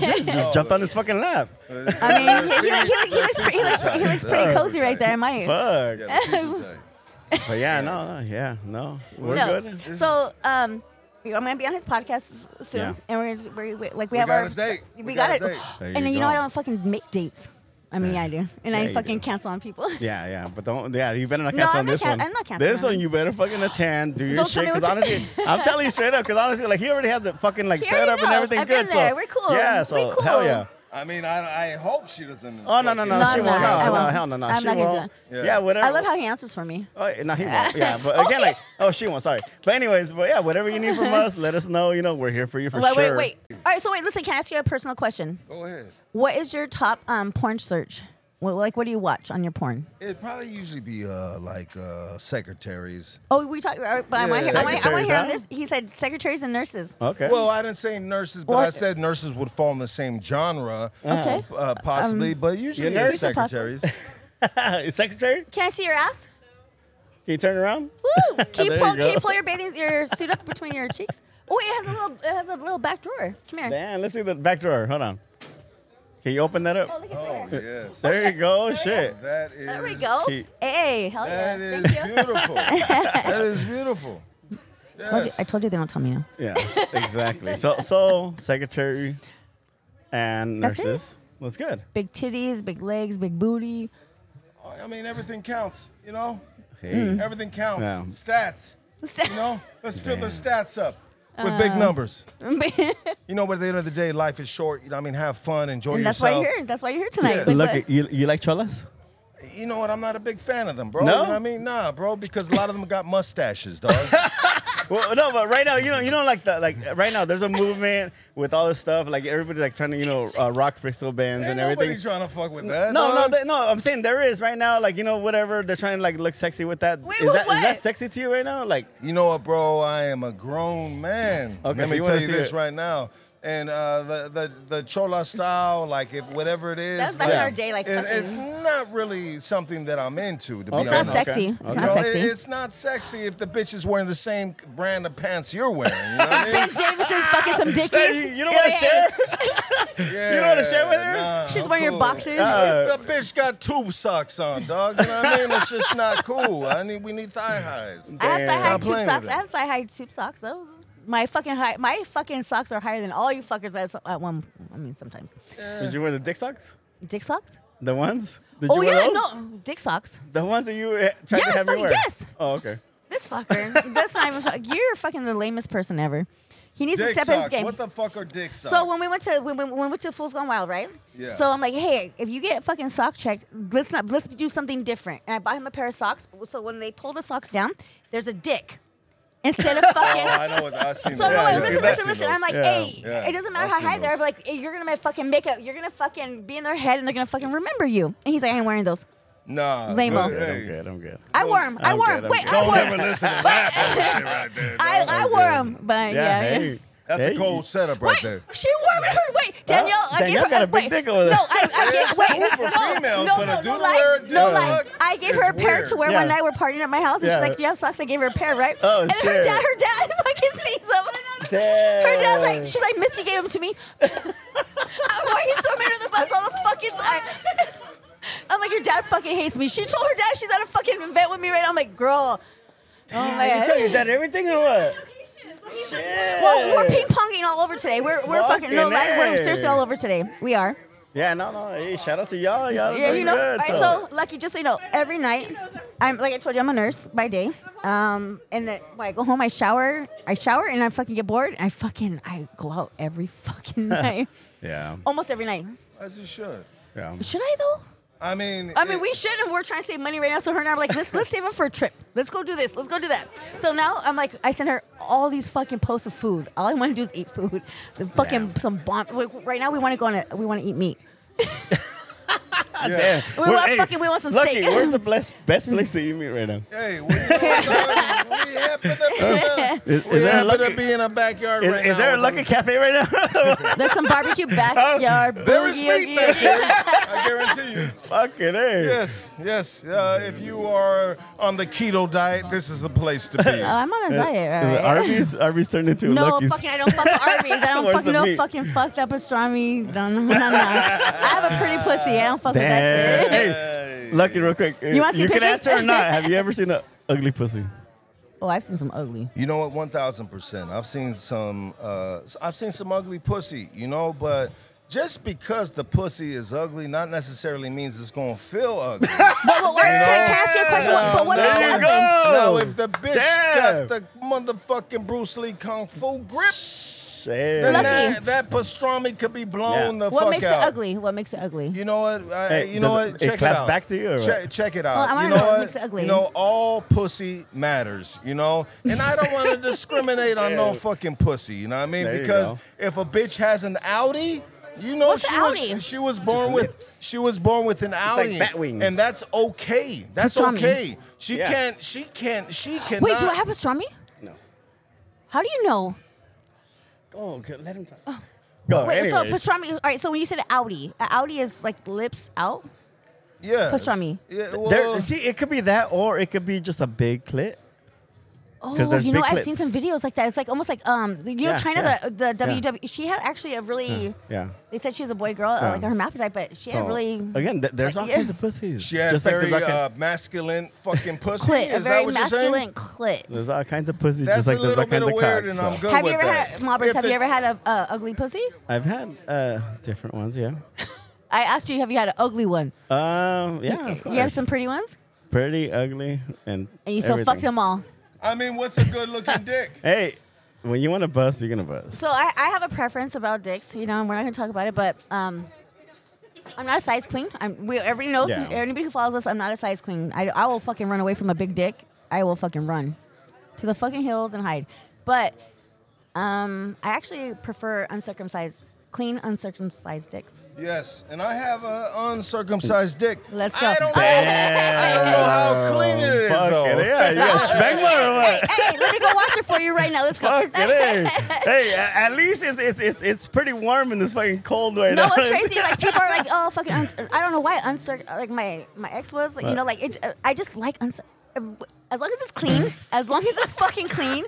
Speaker 3: just- shit, just jumped on his fucking lap.
Speaker 2: I mean, he,
Speaker 4: They're
Speaker 2: he, he,
Speaker 4: seasoned-
Speaker 2: he, looks,
Speaker 4: they're
Speaker 2: he, looks,
Speaker 4: seasoned
Speaker 2: he looks
Speaker 4: tight.
Speaker 2: pretty
Speaker 4: They're
Speaker 2: cozy right
Speaker 4: tight.
Speaker 2: there, am I?
Speaker 3: Fuck.
Speaker 4: Yeah, the season's tight.
Speaker 3: But yeah, no, no, yeah, no. We're
Speaker 2: No.
Speaker 3: good.
Speaker 2: So, um, I'm gonna be on his podcast s- soon,
Speaker 3: Yeah.
Speaker 2: and we're, gonna- we're, we like we,
Speaker 4: We
Speaker 2: have
Speaker 4: got
Speaker 2: our
Speaker 4: a date.
Speaker 2: We,
Speaker 4: We
Speaker 2: got,
Speaker 4: got a
Speaker 2: it.
Speaker 4: date.
Speaker 3: There
Speaker 2: And
Speaker 3: you
Speaker 2: you know, I
Speaker 3: go.
Speaker 2: don't fucking make dates. I mean,
Speaker 3: Yeah.
Speaker 2: I do, and
Speaker 3: Yeah,
Speaker 2: I
Speaker 3: you
Speaker 2: fucking
Speaker 3: do.
Speaker 2: cancel on people.
Speaker 3: Yeah, yeah, but don't. Yeah, you better not
Speaker 2: No,
Speaker 3: cancel
Speaker 2: I'm
Speaker 3: on
Speaker 2: not
Speaker 3: this
Speaker 2: can-
Speaker 3: one.
Speaker 2: I'm not canceling
Speaker 3: This
Speaker 2: on
Speaker 3: one,
Speaker 2: him.
Speaker 3: you better fucking attend, do your
Speaker 2: Don't tell
Speaker 3: shit.
Speaker 2: me
Speaker 3: Because
Speaker 2: what to-
Speaker 3: honestly,
Speaker 2: [laughs]
Speaker 3: I'm telling you straight up. Because honestly, like he already has the fucking like
Speaker 2: He
Speaker 3: set
Speaker 2: already
Speaker 3: up and
Speaker 2: knows.
Speaker 3: everything
Speaker 2: I've
Speaker 3: good.
Speaker 2: been there.
Speaker 3: So
Speaker 2: We're cool.
Speaker 3: Yeah,
Speaker 2: We
Speaker 3: so
Speaker 2: cool.
Speaker 3: hell yeah.
Speaker 4: I mean, I, I hope she doesn't.
Speaker 3: Oh no no no,
Speaker 2: No,
Speaker 3: she
Speaker 2: no,
Speaker 3: won't.
Speaker 2: no, I
Speaker 3: No, no,
Speaker 2: won't.
Speaker 3: hell no, no,
Speaker 2: I'm
Speaker 3: she
Speaker 2: not gonna
Speaker 3: won't.
Speaker 4: do it.
Speaker 3: Yeah,
Speaker 4: Yeah.
Speaker 2: [laughs]
Speaker 3: whatever.
Speaker 2: I love how he answers for me.
Speaker 3: Oh, no, he won't. Yeah,
Speaker 2: [laughs]
Speaker 3: but again, like, oh, she won't. Sorry, but anyways, but yeah, whatever you need from us, let us know. You know, we're here for you for
Speaker 2: wait,
Speaker 3: sure.
Speaker 2: wait, wait. All right, so wait, listen. Can I ask you a personal question?
Speaker 4: Go ahead.
Speaker 2: What is your top um, porn search? Well, like, what do you watch on your porn?
Speaker 4: It'd probably usually be uh, like uh, secretaries.
Speaker 2: Oh, we talked. But I want to hear. I want to
Speaker 3: Secretaries,
Speaker 2: hear on
Speaker 3: huh? Oh.
Speaker 2: this. He said secretaries and nurses.
Speaker 3: Okay. [laughs]
Speaker 4: Well, I didn't say nurses, but I
Speaker 2: What?
Speaker 4: said nurses would fall in the same genre,
Speaker 2: Okay.
Speaker 4: uh, possibly. but usually
Speaker 3: Your
Speaker 4: it's
Speaker 2: nurse?
Speaker 4: secretaries.
Speaker 3: secretary,
Speaker 2: Can I see your ass?
Speaker 3: can you turn around?
Speaker 2: Woo! Can
Speaker 3: There
Speaker 2: you
Speaker 3: you
Speaker 2: pull, can you
Speaker 3: go.
Speaker 2: pull your bathing your suit up between your cheeks? Oh, wait, it has a little it has a little back drawer. Come here.
Speaker 3: Damn, let's see the back drawer. Hold on. Can you open that
Speaker 2: Oh,
Speaker 3: up?
Speaker 2: look at there.
Speaker 4: [laughs] yes,
Speaker 3: There you go. Shit.
Speaker 4: that is.
Speaker 2: There we go.
Speaker 3: She-
Speaker 2: Hey, hell yeah!
Speaker 4: That is
Speaker 2: Thank you.
Speaker 4: beautiful. that is beautiful. Yes.
Speaker 2: [laughs] Told you- I told you they don't tell me now.
Speaker 3: Yeah, exactly. So, so secretary and
Speaker 2: That's it?
Speaker 3: nurses. That's good.
Speaker 2: Big titties, big legs, big [laughs] booty.
Speaker 4: I mean, everything counts, you know? Mm.
Speaker 3: Hey.
Speaker 4: Everything counts.
Speaker 3: Yeah.
Speaker 4: Stats.
Speaker 2: [laughs]
Speaker 4: You know? Let's fill the stats up with
Speaker 2: Uh.
Speaker 4: big numbers. You know, but at the end of the day, life is short. You know, I mean, have fun, enjoy
Speaker 2: and that's why
Speaker 4: yourself.
Speaker 2: you're here. That's why you're here tonight.
Speaker 4: Yeah.
Speaker 2: Like,
Speaker 3: Look,
Speaker 2: what-
Speaker 3: at- you you like cholas?
Speaker 4: You know what? I'm not a big fan of them, bro.
Speaker 3: No?
Speaker 4: You know what I mean? Nah, bro, because a lot of them got mustaches,
Speaker 3: [laughs]
Speaker 4: dog.
Speaker 3: Well, no, but right now you know you know like the like right now there's a movement with all this stuff like everybody's like trying to you know uh, rock fristle bands
Speaker 4: Ain't
Speaker 3: and
Speaker 4: nobody
Speaker 3: everything.
Speaker 4: trying to fuck with that.
Speaker 3: No, no,
Speaker 4: dog.
Speaker 3: they, no. I'm saying there is right now, like you know, whatever they're trying to like look sexy with that. Is
Speaker 2: Wait,
Speaker 3: that is
Speaker 2: what-
Speaker 3: that
Speaker 2: what?
Speaker 3: sexy to you right now? Like,
Speaker 4: You know what, bro? I am a grown man.
Speaker 3: Okay,
Speaker 4: Let
Speaker 3: so
Speaker 4: me
Speaker 3: you wanna
Speaker 4: tell you
Speaker 3: see
Speaker 4: this
Speaker 3: it.
Speaker 4: right now. And uh, the, the the chola style, like if whatever it is,
Speaker 2: That's back
Speaker 4: like,
Speaker 2: in our day, like,
Speaker 4: it- it's
Speaker 2: fucking-
Speaker 4: not really something that I'm into. To be
Speaker 3: Okay.
Speaker 2: it's
Speaker 4: honest,
Speaker 2: not sexy.
Speaker 3: Okay. Okay.
Speaker 2: It's not
Speaker 4: You know, it-
Speaker 2: sexy.
Speaker 4: it's not sexy if the bitch is wearing the same brand of pants you're wearing. You know what I mean?
Speaker 2: ben Davison's fucking some dickies.
Speaker 3: Hey, you, you don't want to
Speaker 2: Yeah.
Speaker 3: share?
Speaker 4: Yeah,
Speaker 3: [laughs] You don't wanna share with her? Uh,
Speaker 4: nah,
Speaker 2: She's
Speaker 4: I'm
Speaker 2: wearing your
Speaker 4: cool.
Speaker 2: boxers.
Speaker 4: the bitch got two socks on, dog. You know what I mean? It's just not cool. I need we need thigh highs.
Speaker 2: I have
Speaker 3: Damn.
Speaker 2: thigh high
Speaker 4: Stop
Speaker 2: tube
Speaker 4: playing
Speaker 2: socks.
Speaker 4: with
Speaker 2: I
Speaker 4: it.
Speaker 2: have thigh high tube socks though. My fucking high, my fucking socks are higher than all you fuckers. At, at one, I mean sometimes,
Speaker 3: Did you wear the dick socks?
Speaker 2: dick socks.
Speaker 3: The ones? Did
Speaker 2: Oh
Speaker 3: you wear
Speaker 2: yeah,
Speaker 3: those?
Speaker 2: no, dick socks.
Speaker 3: The ones that you uh, tried
Speaker 2: Yeah,
Speaker 3: to have me
Speaker 2: fucking
Speaker 3: wear?
Speaker 2: yes.
Speaker 3: Oh, okay.
Speaker 2: This fucker. That's not even. fuck- [laughs] You're fucking the lamest person ever. He needs to
Speaker 4: Dick
Speaker 2: step up his
Speaker 4: socks.
Speaker 2: game.
Speaker 4: What the fuck are dick socks?
Speaker 2: so when we went to when, when when we went to Fools Gone Wild, right?
Speaker 4: Yeah.
Speaker 2: So I'm like, hey, if you get fucking sock checked, let's not let's do something different. And I bought him a pair of socks. So when they pull the socks down, there's a dick instead
Speaker 4: [laughs]
Speaker 2: of
Speaker 4: oh,
Speaker 2: fucking.
Speaker 4: I know what I've seen.
Speaker 2: So no,
Speaker 4: those.
Speaker 3: Yeah,
Speaker 2: listen,
Speaker 3: yeah,
Speaker 2: listen,
Speaker 3: yeah.
Speaker 2: listen, listen. I'm like,
Speaker 3: Yeah,
Speaker 2: hey,
Speaker 4: yeah.
Speaker 2: it doesn't matter
Speaker 4: I've
Speaker 2: how
Speaker 4: seen
Speaker 2: high they are.
Speaker 4: those.
Speaker 2: but, Like, hey, you're gonna make fucking makeup. You're gonna fucking be in their head, and they're gonna fucking remember you. And he's like, I ain't wearing those.
Speaker 4: nah,
Speaker 2: Lame-o.
Speaker 4: but,
Speaker 3: Good, I'm
Speaker 4: hey,
Speaker 3: good. I'm good.
Speaker 2: I wore them. I
Speaker 3: I'm
Speaker 2: wore
Speaker 3: good,
Speaker 2: them.
Speaker 3: I'm
Speaker 2: Wait,
Speaker 3: good.
Speaker 2: I
Speaker 3: Don't
Speaker 2: wore
Speaker 4: don't ever
Speaker 2: them.
Speaker 4: listen to that bullshit right there.
Speaker 2: [laughs] I,
Speaker 4: dog.
Speaker 2: I wore them. But yeah, yeah.
Speaker 3: hey.
Speaker 4: That's
Speaker 3: Hey.
Speaker 4: a cold setup right
Speaker 2: Wait,
Speaker 4: there.
Speaker 2: she wore it. Her, wait, Danielle. I gave
Speaker 3: Danielle
Speaker 2: her
Speaker 3: got a
Speaker 2: uh,
Speaker 3: big
Speaker 2: wait,
Speaker 3: dick over there.
Speaker 2: No,
Speaker 4: [laughs]
Speaker 2: I, I gave. Wait,
Speaker 4: cool for
Speaker 2: no,
Speaker 4: females,
Speaker 2: no,
Speaker 4: but a
Speaker 2: no,
Speaker 4: dude
Speaker 2: no,
Speaker 4: to
Speaker 2: lie.
Speaker 4: wear a
Speaker 2: no
Speaker 4: dick
Speaker 2: lie.
Speaker 4: suck
Speaker 2: I gave
Speaker 4: is
Speaker 2: her a pair
Speaker 4: weird.
Speaker 2: to wear
Speaker 3: Yeah.
Speaker 2: one night. We're partying at my house, and
Speaker 3: Yeah.
Speaker 2: she's like, "Do you have socks?" I gave her a pair, right?
Speaker 3: Oh,
Speaker 2: and then her
Speaker 3: shit.
Speaker 2: dad, her dad [laughs] fucking sees them.
Speaker 3: Damn.
Speaker 2: Her dad's like, she's like, Misty gave him to me. [laughs] I'm like, he's throwing me under the bus all the fucking time. [laughs] I'm like, your dad fucking hates me. She told her dad she's at a fucking event with me right now. I'm like, girl. oh my
Speaker 3: You
Speaker 2: god.
Speaker 3: tell your dad everything or what? Shit.
Speaker 2: Well, we're ping ponging all over today. We're, we're fucking, no,
Speaker 3: Fucking
Speaker 2: like, we're
Speaker 3: A.
Speaker 2: seriously all over today. We are.
Speaker 3: Yeah, no, no. Hey, shout out to y'all. Y'all
Speaker 2: Yeah,
Speaker 3: doing
Speaker 2: you know.
Speaker 3: good.
Speaker 2: All right, so lucky, just so you know, every night, I'm like I told you, I'm a nurse by day. Um, and then when I go home, I shower, I shower, and I fucking get bored, and I fucking I go out every fucking [laughs] night,
Speaker 3: yeah.
Speaker 2: almost every night.
Speaker 4: As you should.
Speaker 3: Yeah.
Speaker 2: Should I though?
Speaker 4: I mean,
Speaker 2: I mean,
Speaker 4: it-
Speaker 2: we shouldn't. We're trying to save money right now. So her and I were like, let's let's save it for a trip. Let's go do this. Let's go do that. So now I'm like, I sent her all these fucking posts of food. All I want to do is eat food. The fucking some bomb. like, Right now we want to go on a we want to eat meat.
Speaker 4: yeah.
Speaker 2: We
Speaker 3: Well,
Speaker 2: want
Speaker 3: hey,
Speaker 2: fucking we want some
Speaker 3: Lucky,
Speaker 2: steak.
Speaker 3: where's the best, best place to eat meat right now?
Speaker 4: Hey, we, know, dog, we happen to be, in
Speaker 3: Is,
Speaker 4: a- we
Speaker 3: there a
Speaker 4: happen
Speaker 3: lucky,
Speaker 4: to be in a backyard
Speaker 3: is,
Speaker 4: right
Speaker 3: is
Speaker 4: now.
Speaker 3: there a lucky cafe right now? [laughs]
Speaker 2: There's some barbecue backyard.
Speaker 4: There is
Speaker 2: boogie-
Speaker 4: meat back there. I guarantee you.
Speaker 3: Fucking hey.
Speaker 4: Yes, yes. Uh, if you are on the keto diet, this is the place to
Speaker 2: [laughs] Oh,
Speaker 4: be.
Speaker 2: I'm on a diet. All
Speaker 3: The
Speaker 2: right.
Speaker 3: Arby's, Arby's turned into
Speaker 2: No,
Speaker 3: Lucky's.
Speaker 2: fucking, I don't fuck with Arby's.
Speaker 3: [laughs]
Speaker 2: I don't
Speaker 3: Where's
Speaker 2: fucking
Speaker 3: the
Speaker 2: no
Speaker 3: meat?
Speaker 2: fucking fuck that pastrami. No, no, no, no. I have a pretty pussy. I don't fuck with that shit.
Speaker 3: Damn. Hey, Lucky, real quick. uh,
Speaker 2: You wanna see
Speaker 3: can
Speaker 2: pictures?
Speaker 3: answer
Speaker 2: [laughs]
Speaker 3: or not. Have you ever seen an ugly pussy?
Speaker 2: Oh, I've seen some ugly.
Speaker 4: You know what? One thousand percent. I've seen some. Uh, I've seen some ugly pussy. You know, but just because the pussy is ugly, not necessarily means it's gonna feel ugly.
Speaker 2: But, but, wait, can I ask you a question? What- [laughs] but what
Speaker 3: There
Speaker 2: makes
Speaker 3: you
Speaker 2: it
Speaker 3: go.
Speaker 2: ugly?
Speaker 4: Now, if the bitch
Speaker 3: Damn.
Speaker 4: got the motherfucking Bruce Lee kung fu grip,
Speaker 3: Shit.
Speaker 4: then
Speaker 2: Lucky.
Speaker 4: that, that pastrami could be blown
Speaker 3: Yeah.
Speaker 4: the
Speaker 2: What
Speaker 4: fuck
Speaker 2: makes
Speaker 4: out.
Speaker 2: it ugly? What makes it ugly?
Speaker 4: You know what? I,
Speaker 3: Hey,
Speaker 4: you know
Speaker 3: does it-
Speaker 4: what?
Speaker 3: it
Speaker 4: Check it,
Speaker 3: claps
Speaker 4: out.
Speaker 3: back to you or
Speaker 4: check,
Speaker 3: what?
Speaker 4: check it
Speaker 2: Well, I
Speaker 4: out.
Speaker 2: wanna
Speaker 4: you
Speaker 2: know what
Speaker 4: what?
Speaker 2: makes it ugly.
Speaker 4: You know, all pussy matters. You know, and I
Speaker 3: [laughs]
Speaker 4: don't want to discriminate on no fucking pussy. You know what I mean?
Speaker 3: There you
Speaker 4: because
Speaker 3: go.
Speaker 4: if a bitch has an Audi. You know
Speaker 2: What's
Speaker 4: she
Speaker 2: a Audi?
Speaker 4: was she was born with
Speaker 3: lips.
Speaker 4: she was born with an
Speaker 3: like
Speaker 4: Audi,
Speaker 3: bat wings.
Speaker 4: and that's okay. That's
Speaker 2: Pastrami.
Speaker 4: okay. She
Speaker 3: Yeah.
Speaker 4: can't. She can't. She cannot.
Speaker 2: Wait, do I have pastrami?
Speaker 3: No.
Speaker 2: How do you know?
Speaker 3: Oh, good. Let him talk. Go.
Speaker 2: Wait, so
Speaker 3: Oh, anyways.
Speaker 2: pastrami. All right, so when you said Audi, a Audi is like lips out.
Speaker 4: yeah
Speaker 2: pastrami?
Speaker 4: Yeah, well,
Speaker 3: There, see, it could be that, or it could be just a big clit.
Speaker 2: Oh,
Speaker 3: 'Cause there's
Speaker 2: you know,
Speaker 3: big
Speaker 2: I've seen
Speaker 3: clits.
Speaker 2: some videos like that. It's like almost like um, you know,
Speaker 3: Yeah,
Speaker 2: China
Speaker 3: yeah.
Speaker 2: the the WW. She had actually a really.
Speaker 3: Yeah.
Speaker 2: They said she was a boy girl, uh,
Speaker 3: Yeah.
Speaker 2: like a hermaphrodite, but she had
Speaker 3: So,
Speaker 2: a really.
Speaker 3: again, th- there's all
Speaker 2: yeah.
Speaker 3: kinds of pussies.
Speaker 4: she had
Speaker 3: just
Speaker 4: very
Speaker 3: like there's all,
Speaker 4: uh,
Speaker 3: kin-
Speaker 4: masculine fucking
Speaker 2: [laughs]
Speaker 4: pussy.
Speaker 2: Clit, a
Speaker 4: Is
Speaker 2: very
Speaker 4: that what you're saying?
Speaker 2: masculine clit.
Speaker 3: there's all kinds of pussies.
Speaker 4: That's
Speaker 3: just like
Speaker 4: a
Speaker 3: there's
Speaker 4: little
Speaker 3: all kinds
Speaker 4: bit
Speaker 3: of
Speaker 4: weird,
Speaker 3: cocks.
Speaker 4: and
Speaker 3: so.
Speaker 4: I'm good
Speaker 2: Have you
Speaker 4: with
Speaker 2: ever
Speaker 4: that.
Speaker 2: had, Mobbers,
Speaker 4: If
Speaker 2: have
Speaker 4: the-
Speaker 2: you ever had a uh, ugly pussy?
Speaker 3: I've had uh, different ones. Yeah.
Speaker 2: I asked you, have you had an ugly one?
Speaker 3: Um. Yeah. Of course.
Speaker 2: You have some pretty ones,
Speaker 3: pretty ugly and
Speaker 2: and you still
Speaker 3: everything.
Speaker 2: fuck them all.
Speaker 4: I mean, what's a good looking dick?
Speaker 3: Hey, when you want to bust, you're gonna
Speaker 2: [laughs]
Speaker 3: bust.
Speaker 2: So I, I have a preference about dicks, you know, and we're not going to talk about it, but um, I'm not a size queen. I'm, we, everybody knows,
Speaker 3: Yeah.
Speaker 2: anybody who follows us, I'm not a size queen. I, I will fucking run away from a big dick. I will fucking run to the fucking hills and hide. But um, I actually prefer uncircumcised, clean, uncircumcised dicks.
Speaker 4: Yes, and I have an uncircumcised dick.
Speaker 2: Let's
Speaker 4: I
Speaker 2: go.
Speaker 4: don't, I don't know how clean [laughs] it is,
Speaker 3: Fuck
Speaker 4: though.
Speaker 3: it, yeah, yeah, smack one or what?
Speaker 2: hey, let me go wash it for you right now. Let's go.
Speaker 3: Fuck
Speaker 2: [laughs]
Speaker 3: it, hey, hey. a- At least it's it's it's, it's pretty warm in this fucking cold right
Speaker 2: No,
Speaker 3: [laughs] now.
Speaker 2: it's crazy. Like people are like, oh, fucking. Uncer- I don't know why uncir. Like my my ex was, like, you
Speaker 3: What?
Speaker 2: know, like it, I just like uncir. As long as it's clean, as long as it's fucking clean,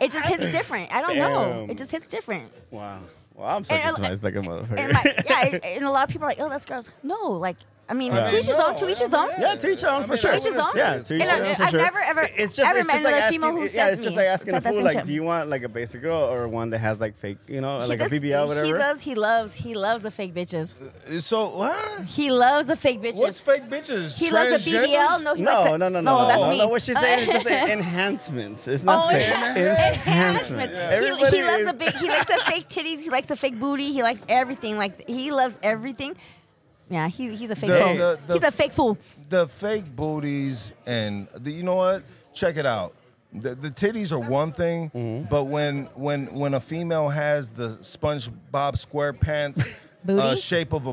Speaker 2: it just hits different. I don't know.
Speaker 3: Damn.
Speaker 2: It just hits different.
Speaker 3: wow. Well, I'm
Speaker 2: And-
Speaker 3: circumcised like a motherfucker.
Speaker 2: And my, yeah,
Speaker 3: [laughs]
Speaker 2: it- and a lot of people are like, oh, that's gross. No, like I mean,
Speaker 3: Yeah.
Speaker 2: to each his
Speaker 4: No,
Speaker 2: own. To each
Speaker 4: I
Speaker 2: his
Speaker 4: mean,
Speaker 2: own.
Speaker 3: yeah, to each their own for
Speaker 4: I mean,
Speaker 3: sure.
Speaker 2: To
Speaker 4: I
Speaker 2: each his own?
Speaker 3: Yeah, to each
Speaker 2: And
Speaker 3: their
Speaker 2: I-
Speaker 3: own for
Speaker 2: eh, I've
Speaker 3: sure.
Speaker 2: never, ever-
Speaker 3: It's just
Speaker 2: ever
Speaker 3: it's
Speaker 2: met
Speaker 3: just like
Speaker 2: another
Speaker 3: asking.
Speaker 2: female who
Speaker 3: yeah,
Speaker 2: said
Speaker 3: it's
Speaker 2: to
Speaker 3: just
Speaker 2: me,
Speaker 3: like asking a
Speaker 2: said that
Speaker 3: fool
Speaker 2: same
Speaker 3: like,
Speaker 2: shit.
Speaker 3: do you want like a basic girl or one that has like fake, you know,
Speaker 2: He
Speaker 3: like
Speaker 2: does-
Speaker 3: a BBL, whatever?
Speaker 2: He loves. He loves. He loves the fake bitches.
Speaker 4: So, huh?
Speaker 2: He loves the fake bitches.
Speaker 4: What's fake bitches?
Speaker 2: he loves the
Speaker 4: Transgenders?
Speaker 2: BBL. No, he likes
Speaker 3: No,
Speaker 2: the-
Speaker 3: no, no, no,
Speaker 2: no. That's
Speaker 3: no,
Speaker 2: me.
Speaker 3: no. What she's saying is
Speaker 2: [laughs]
Speaker 3: just en- enhancements. It's not
Speaker 2: Oh,
Speaker 3: fake. [laughs]
Speaker 2: yeah. enhancements. He,
Speaker 3: Everybody
Speaker 2: he loves
Speaker 3: is-
Speaker 2: the big. He likes the fake titties. He likes the fake booty. He likes everything. Like he loves everything. Yeah, he, he's a fake
Speaker 4: The-
Speaker 2: fool.
Speaker 4: the- the-
Speaker 2: he's a fake fool.
Speaker 4: The fake booties and the, you know what? Check it out. The, the titties are one thing,
Speaker 3: Mm-hmm.
Speaker 4: but when when when a female has the SpongeBob
Speaker 3: [laughs]
Speaker 4: SquarePants uh,
Speaker 2: Booty?
Speaker 4: shape of a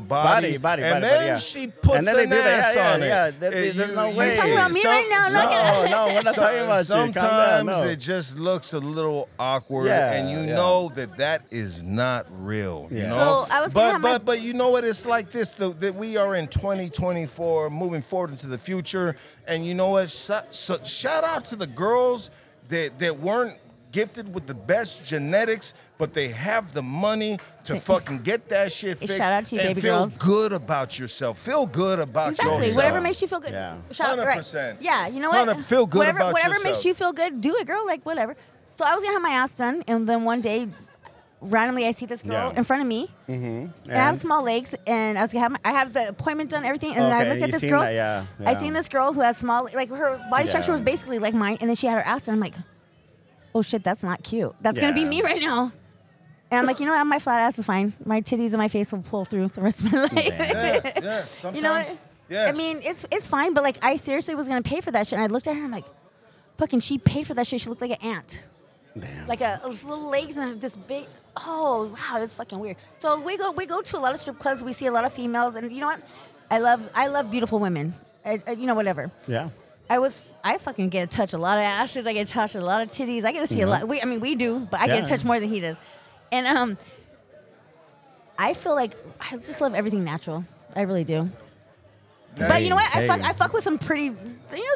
Speaker 3: Body,
Speaker 4: body,
Speaker 3: body,
Speaker 4: and
Speaker 3: body,
Speaker 4: then
Speaker 3: body, yeah.
Speaker 4: she puts
Speaker 3: And then they
Speaker 4: an
Speaker 3: do that.
Speaker 4: ass
Speaker 3: Yeah, yeah,
Speaker 4: on it.
Speaker 3: yeah. There- there's no way. You're
Speaker 2: talking about me right now,
Speaker 4: some-
Speaker 2: not
Speaker 3: No, no, we're not
Speaker 4: So-
Speaker 3: talking about you. Calm down,
Speaker 4: sometimes
Speaker 3: no.
Speaker 4: it just looks a little awkward,
Speaker 3: Yeah,
Speaker 4: and you
Speaker 3: yeah.
Speaker 4: know that that is not real. You
Speaker 3: Yeah.
Speaker 4: know,
Speaker 2: So, I was gonna
Speaker 4: but
Speaker 2: have
Speaker 4: but
Speaker 2: my-
Speaker 4: but you know what? It's like this the, that we are in 2024, moving forward into the future, and you know what? So, so shout out to the girls that that weren't gifted with the best genetics, but they have the money to fucking get that shit
Speaker 2: Shout
Speaker 4: fixed
Speaker 2: out to you,
Speaker 4: and
Speaker 2: baby
Speaker 4: feel
Speaker 2: girls.
Speaker 4: good about yourself. Feel good about
Speaker 2: Exactly.
Speaker 4: yourself.
Speaker 2: Whatever makes you feel good.
Speaker 3: Yeah.
Speaker 2: Shout- right.
Speaker 4: 100%.
Speaker 2: Yeah. You know what?
Speaker 4: 100 feel good
Speaker 2: Whatever,
Speaker 4: about
Speaker 2: whatever
Speaker 4: yourself.
Speaker 2: makes you feel good, do it, girl. Like whatever. So I was gonna have my ass done, and then one day, randomly, I see this girl
Speaker 3: Yeah.
Speaker 2: in front of me. Mm-hmm. I have small legs, and I was gonna have my, I have the appointment done, everything, and I
Speaker 3: Okay,
Speaker 2: looked at
Speaker 3: you
Speaker 2: this
Speaker 3: seen
Speaker 2: girl.
Speaker 3: that, yeah,
Speaker 2: I
Speaker 3: yeah.
Speaker 2: seen this girl who has small, like her body structure
Speaker 3: Yeah.
Speaker 2: was basically like mine, and then she had her ass done. I'm like, oh shit, that's not cute. That's gonna be
Speaker 3: Yeah.
Speaker 2: me right now. And I'm like, you know what? My
Speaker 3: [laughs]
Speaker 2: flat ass is fine. My titties and my face will pull through the rest of my life.
Speaker 4: Yeah, yeah. Sometimes,
Speaker 2: You know what?
Speaker 4: Yes.
Speaker 2: I mean, it's it's fine, but like I seriously was gonna pay for that shit. And I looked at her, I'm like, fucking, she paid for that shit. She looked like an ant.
Speaker 3: Damn.
Speaker 2: Like a those little legs and this big. Oh wow, that's fucking weird. So we go we go to a lot of strip clubs. We see a lot of females, and you know what? I love I love beautiful women. I, I, you know whatever.
Speaker 3: yeah.
Speaker 2: I was I fucking get to touch a lot of asses. I get to touch a lot of titties. I get to see a lot. We I mean we do, but I get
Speaker 3: Yeah.
Speaker 2: to touch more than he does. And um, I feel like I just love everything natural. I really do. But you know what? I
Speaker 3: Hey,
Speaker 2: fuck
Speaker 3: hey.
Speaker 2: I fuck with some pretty. You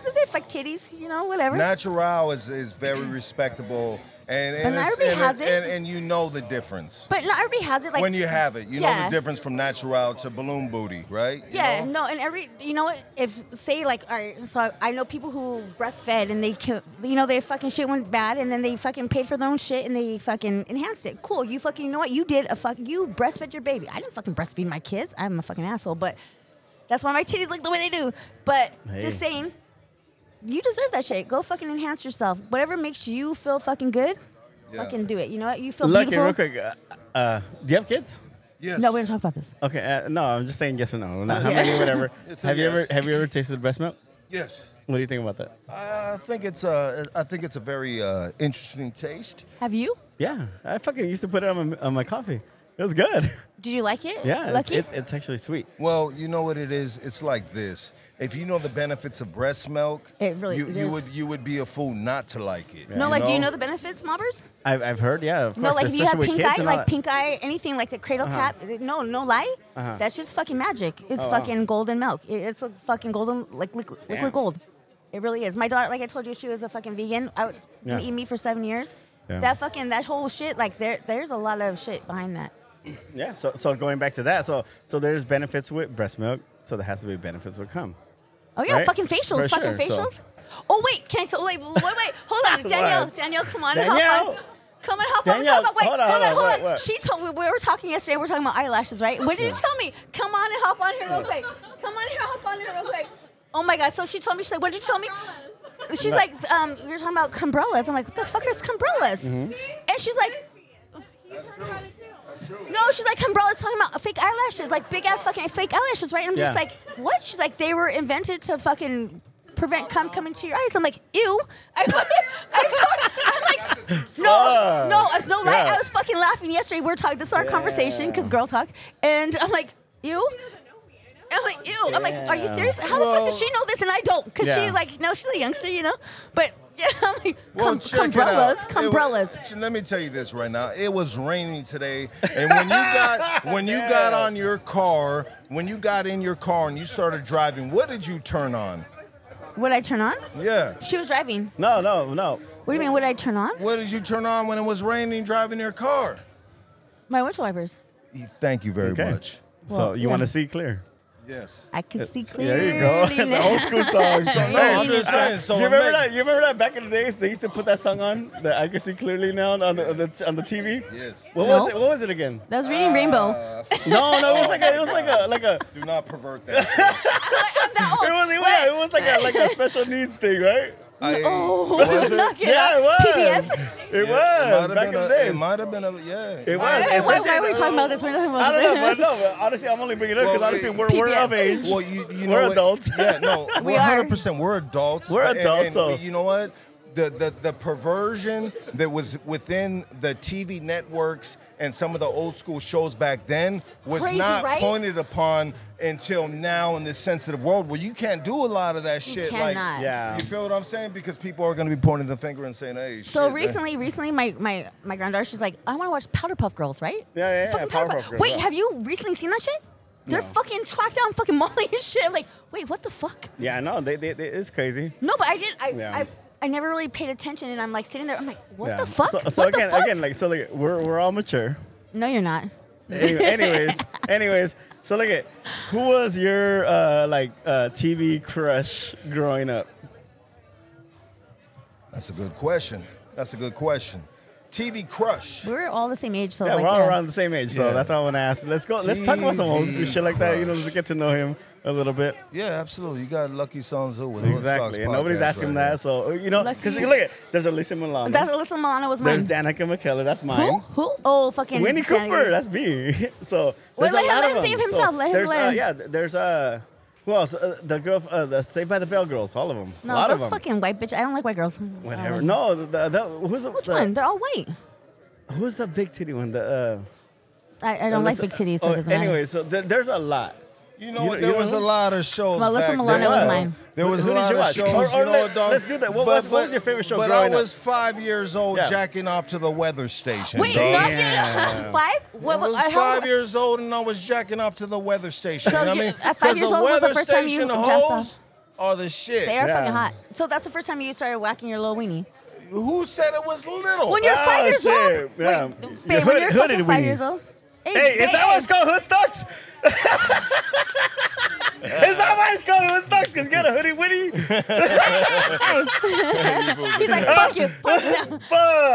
Speaker 2: know they fuck titties. You know whatever.
Speaker 4: Natural is, is very respectable. And,
Speaker 2: But
Speaker 4: and,
Speaker 2: not
Speaker 4: it's-
Speaker 2: everybody
Speaker 4: and,
Speaker 2: has it.
Speaker 4: and, and you know the difference.
Speaker 2: but not everybody has it. Like
Speaker 4: when you have it, you know
Speaker 2: Yeah.
Speaker 4: the difference from natural to balloon booty, right? You
Speaker 2: Yeah,
Speaker 4: know?
Speaker 2: no, and every you know what? If say like all right, so I, I know people who breastfed and they can, you know they fucking shit went bad and then they fucking paid for their own shit and they fucking enhanced it. Cool, you fucking you know what? You did a fuck you breastfed your baby. I didn't fucking breastfeed my kids. I'm a fucking asshole, but that's why my titties look the way they do. But just
Speaker 3: Hey.
Speaker 2: saying, you deserve that shit. Go fucking enhance yourself. Whatever makes you feel fucking good,
Speaker 4: Yeah.
Speaker 2: fucking do it. You know what? You feel
Speaker 3: Lucky,
Speaker 2: beautiful.
Speaker 3: real quick. Uh, uh, do you have kids?
Speaker 4: Yes.
Speaker 2: No, we didn't talk about this.
Speaker 3: Okay, uh, no, I'm just saying yes or no. Not how
Speaker 2: [laughs]
Speaker 3: many, whatever.
Speaker 4: It's a
Speaker 3: have you
Speaker 4: yes.
Speaker 3: ever have you ever tasted breast milk?
Speaker 4: yes.
Speaker 3: What do you think about that?
Speaker 4: I think it's a, I think it's a very uh, interesting taste.
Speaker 2: Have you?
Speaker 3: Yeah, I fucking used to put it on my, on my coffee. It was good. [laughs]
Speaker 2: Did you like it?
Speaker 3: Yeah, it's,
Speaker 2: Lucky?
Speaker 3: it's it's actually sweet.
Speaker 4: Well, you know what it is. It's like this. If you know the benefits of breast milk,
Speaker 2: It really-
Speaker 4: you,
Speaker 2: it
Speaker 4: you
Speaker 2: is.
Speaker 4: would you would be a fool not to like it.
Speaker 2: no, like, do you know the benefits, mobbers?
Speaker 3: I've, I've heard, yeah, of
Speaker 2: No,
Speaker 3: course,
Speaker 2: like if you have
Speaker 3: especially with
Speaker 2: pink
Speaker 3: kids
Speaker 2: eye,
Speaker 3: and all
Speaker 2: like
Speaker 3: that.
Speaker 2: pink eye, anything like the cradle cap. eh, No, no lie. That's just fucking magic. It's fucking golden milk. It- It's a fucking golden, like liquid,
Speaker 3: Yeah.
Speaker 2: liquid gold. It really is. My daughter, like I told you, she was a fucking vegan. I would, didn't
Speaker 3: Yeah.
Speaker 2: eat meat for seven years.
Speaker 3: Yeah.
Speaker 2: That fucking that whole shit. Like there, there's a lot of shit behind that.
Speaker 3: Yeah, so so going back to that, so so there's benefits with breast milk, so there has to be benefits that come.
Speaker 2: Oh yeah,
Speaker 3: Right?
Speaker 2: fucking facials,
Speaker 3: For
Speaker 2: fucking
Speaker 3: sure, so-
Speaker 2: facials. Oh wait, can I? So wait, wait, wait, wait, hold on, Danielle,
Speaker 3: [laughs] What?
Speaker 2: Danielle, come on,
Speaker 3: Danielle?
Speaker 2: help on. Come and help on.
Speaker 3: Danielle,
Speaker 2: Talk about, wait,
Speaker 3: hold on,
Speaker 2: hold on,
Speaker 3: hold on,
Speaker 2: hold on.
Speaker 3: what, what?
Speaker 2: She told me we were talking yesterday. We are talking about eyelashes, right? What did you tell me? Come on and hop on here real quick. Come on here, hop on here real quick. Oh my god! So she told me. She's like, "What did you tell me?" She's like, um, "You're talking about cumbrellas." I'm like, "What the fuck is cumbrellas?"
Speaker 3: Mm-hmm.
Speaker 2: And she's like, no, she's like, Cambrella's talking about fake eyelashes, like big ass fucking fake eyelashes, right? And I'm just
Speaker 3: Yeah.
Speaker 2: like, what? She's like, they were invented to fucking prevent cum coming to your eyes. I'm like, ew. I, I, am like, no, no, it's no lie.
Speaker 3: Yeah.
Speaker 2: I was fucking laughing yesterday. We are talking, this is our conversation, because girl talk. And I'm like, ew. And I'm like, ew. I'm like, are you
Speaker 3: Yeah.
Speaker 2: serious? How the fuck does she know this and I don't? Because
Speaker 3: Yeah.
Speaker 2: she's like, no, she's a youngster, you know? But [laughs] yeah, I'm like, cum-
Speaker 4: check it
Speaker 2: Cumbrellas,
Speaker 4: out. It
Speaker 2: Cumbrellas.
Speaker 4: was- let me tell you this right now. It was raining today, and when
Speaker 2: [laughs]
Speaker 4: you got when you got on your car, when you got in your car and you started driving, what did you turn on?
Speaker 2: Would I turn on?
Speaker 4: Yeah.
Speaker 2: She was driving.
Speaker 3: No, no, no.
Speaker 2: What do you mean? Would I turn on?
Speaker 4: What did you turn on when it was raining driving your car?
Speaker 2: My windshield wipers.
Speaker 4: Thank you very
Speaker 3: Okay.
Speaker 4: much.
Speaker 3: so
Speaker 2: Well,
Speaker 3: you want
Speaker 2: yeah.
Speaker 3: to see clear?
Speaker 4: Yes.
Speaker 2: I can see
Speaker 3: Uh, There
Speaker 2: clearly.
Speaker 3: you go. [laughs] the [laughs] old school song.
Speaker 4: So, [laughs] no, I'm just saying. So
Speaker 3: you remember
Speaker 4: imagine-
Speaker 3: that? You remember that back in the days they used to put that song on that I can see clearly now on the on the, on the TV.
Speaker 4: Yes.
Speaker 3: What
Speaker 2: No.
Speaker 3: was it? What was it again?
Speaker 2: That was reading
Speaker 3: [laughs]
Speaker 2: Rainbow.
Speaker 4: Uh,
Speaker 3: No, no, it was like a, it was like a like a
Speaker 4: do not pervert that.
Speaker 2: I'm
Speaker 3: [laughs]
Speaker 2: that
Speaker 3: it
Speaker 2: old.
Speaker 3: was, yeah, it was like a like a special needs thing, right?
Speaker 4: I,
Speaker 2: Oh,
Speaker 4: was it?
Speaker 2: knock it
Speaker 3: Yeah,
Speaker 2: off.
Speaker 3: it was.
Speaker 2: PBS.
Speaker 3: [laughs] It
Speaker 4: Yeah,
Speaker 3: was
Speaker 4: it might have
Speaker 3: back
Speaker 4: been
Speaker 3: in the
Speaker 4: a-
Speaker 3: days.
Speaker 4: It might have been a yeah.
Speaker 3: It
Speaker 2: Why,
Speaker 3: was.
Speaker 2: why- why,
Speaker 3: especially-
Speaker 2: are we talking about this? We're not talking
Speaker 3: [laughs] I
Speaker 2: about
Speaker 3: don't know, but
Speaker 2: this.
Speaker 3: no. But honestly, I'm only bringing it up because
Speaker 4: Well,
Speaker 3: honestly,
Speaker 4: we-
Speaker 3: we're, we're
Speaker 2: PBS.
Speaker 3: of age.
Speaker 4: Well, you,
Speaker 3: [laughs]
Speaker 4: you
Speaker 3: We're
Speaker 4: know what?
Speaker 3: adults.
Speaker 4: Yeah,
Speaker 3: [laughs]
Speaker 4: no, we
Speaker 2: are.
Speaker 4: 100%. We're adults.
Speaker 3: We're
Speaker 4: and-
Speaker 3: adults,
Speaker 4: and
Speaker 3: so-
Speaker 4: we- you know what? The, the the perversion that was within the TV networks and some of the old school shows back then was
Speaker 2: Crazy,
Speaker 4: not
Speaker 2: right?
Speaker 4: pointed upon until now in this sensitive world where you can't do a lot of that shit.
Speaker 2: cannot.
Speaker 4: Like,
Speaker 3: Yeah.
Speaker 4: you feel what I'm saying? Because people are going to be pointing the finger and saying, "Hey."
Speaker 2: So
Speaker 3: [laughs]
Speaker 4: shit, that-
Speaker 2: recently, recently, my my my granddaughter, she's like, I want to watch Powder Puff Girls, right?
Speaker 3: Yeah, yeah, yeah,
Speaker 2: Fucking
Speaker 3: Powerpuff Girls,
Speaker 2: Wait,
Speaker 3: yeah.
Speaker 2: have you recently seen that shit? They're
Speaker 3: No.
Speaker 2: fucking tracked down, fucking [laughs] Molly and shit. I'm like, wait, what the fuck?
Speaker 3: Yeah, no, they, they, they, it's crazy.
Speaker 2: No, but I did. I,
Speaker 3: Yeah.
Speaker 2: I I never really paid attention, and I'm like sitting there. I'm like, what
Speaker 3: yeah.
Speaker 2: the fuck?
Speaker 3: So, so
Speaker 2: what
Speaker 3: again,
Speaker 2: the fuck?
Speaker 3: again, like so, like we're we're all mature.
Speaker 2: no, you're not.
Speaker 3: Anyway,
Speaker 2: [laughs]
Speaker 3: anyways, anyways, so look at who was your uh, like uh, TV crush growing up?
Speaker 4: that's a good question. That's a good question. TV crush.
Speaker 2: We were all the same age, so
Speaker 3: Yeah,
Speaker 2: like,
Speaker 3: we're all
Speaker 2: Oh yeah.
Speaker 3: around the same age, so
Speaker 4: Yeah.
Speaker 3: that's why I want to ask. Let's go. Let's talk about some old school
Speaker 4: TV
Speaker 3: shit like that. You know,
Speaker 4: crush.
Speaker 3: just get to know him a little bit.
Speaker 4: Yeah, absolutely. You got Lucky Son Zoo with Hood Stocks
Speaker 3: Exactly. And nobody's
Speaker 4: podcast
Speaker 3: asking
Speaker 4: right
Speaker 3: that, so you know, because
Speaker 2: Lucky.
Speaker 3: look at there's Alyssa Milano.
Speaker 2: That's Alyssa Milano was
Speaker 3: there's
Speaker 2: mine.
Speaker 3: Danica McKellar. That's mine.
Speaker 2: Who? Who? Oh, fucking
Speaker 3: Winnie
Speaker 2: Danny.
Speaker 3: Cooper. That's me. [laughs] so
Speaker 2: Wait,
Speaker 3: there's
Speaker 2: let
Speaker 3: a
Speaker 2: him-
Speaker 3: lot
Speaker 2: let
Speaker 3: of
Speaker 2: him think
Speaker 3: them.
Speaker 2: of himself.
Speaker 3: So
Speaker 2: Let him
Speaker 3: there's,
Speaker 2: learn.
Speaker 3: Uh, yeah, th- there's uh, Who else? Uh, the girl, uh, the Saved by the Bell girls, all of them.
Speaker 2: No,
Speaker 3: a lot
Speaker 2: those
Speaker 3: of them.
Speaker 2: fucking white bitch. I don't like white girls.
Speaker 3: Whatever.
Speaker 2: Uh,
Speaker 3: No, the, the, the, who's the,
Speaker 2: Which
Speaker 3: the-
Speaker 2: one? They're all white.
Speaker 3: Who's the big titty one? The
Speaker 2: I, I
Speaker 3: uh,
Speaker 2: don't like
Speaker 3: Alyssa-
Speaker 2: big titties, so it
Speaker 3: oh,
Speaker 2: doesn't
Speaker 3: anyway,
Speaker 2: matter.
Speaker 3: so there, there's a lot.
Speaker 4: You know
Speaker 3: You
Speaker 4: what?
Speaker 3: know-
Speaker 4: There
Speaker 3: you
Speaker 4: was
Speaker 3: know
Speaker 4: a
Speaker 3: who?
Speaker 4: lot of shows.
Speaker 2: Melissa
Speaker 4: back
Speaker 2: Milano
Speaker 4: then.
Speaker 2: was mine.
Speaker 4: There was
Speaker 3: Who
Speaker 4: a
Speaker 3: did
Speaker 4: lot
Speaker 3: you
Speaker 4: of
Speaker 3: watch?
Speaker 4: shows.
Speaker 3: Or- or
Speaker 4: you know,
Speaker 3: let-
Speaker 4: dog.
Speaker 3: let's do that. What- what- what was your favorite show
Speaker 4: But
Speaker 3: growing
Speaker 4: I
Speaker 3: up?
Speaker 4: was five years old,
Speaker 3: Yeah.
Speaker 4: jacking off to the weather station.
Speaker 2: Wait,
Speaker 4: dog.
Speaker 2: not
Speaker 3: Yeah.
Speaker 2: yet. [laughs] five? What, uh,
Speaker 4: I was
Speaker 2: how-
Speaker 4: five years old and I was jacking off to the weather station.
Speaker 2: So
Speaker 4: I
Speaker 2: you-
Speaker 4: mean,
Speaker 2: at five
Speaker 4: 'cause
Speaker 2: years
Speaker 4: the
Speaker 2: old was the
Speaker 4: weather
Speaker 2: first time you
Speaker 4: station
Speaker 2: jacked off?
Speaker 4: hoes are the shit.
Speaker 2: They are
Speaker 3: Yeah.
Speaker 2: fucking hot. So that's the first time you started whacking your little weenie.
Speaker 4: Who said it was little?
Speaker 2: When you're
Speaker 3: Oh,
Speaker 2: five years
Speaker 3: shit.
Speaker 2: old.
Speaker 3: Yeah.
Speaker 2: Wait,
Speaker 3: Your
Speaker 2: babe,
Speaker 3: hood-
Speaker 2: when you're
Speaker 3: hooded
Speaker 2: fucking five
Speaker 3: weenie.
Speaker 2: years old.
Speaker 3: Hey, is that what's called Hood Stocks? [laughs] is that why it's called Hood Stocks? Because get a hoodie witty?
Speaker 2: [laughs] called? He's like, fuck you. Fuck
Speaker 3: [laughs]
Speaker 2: you.
Speaker 3: Fuck!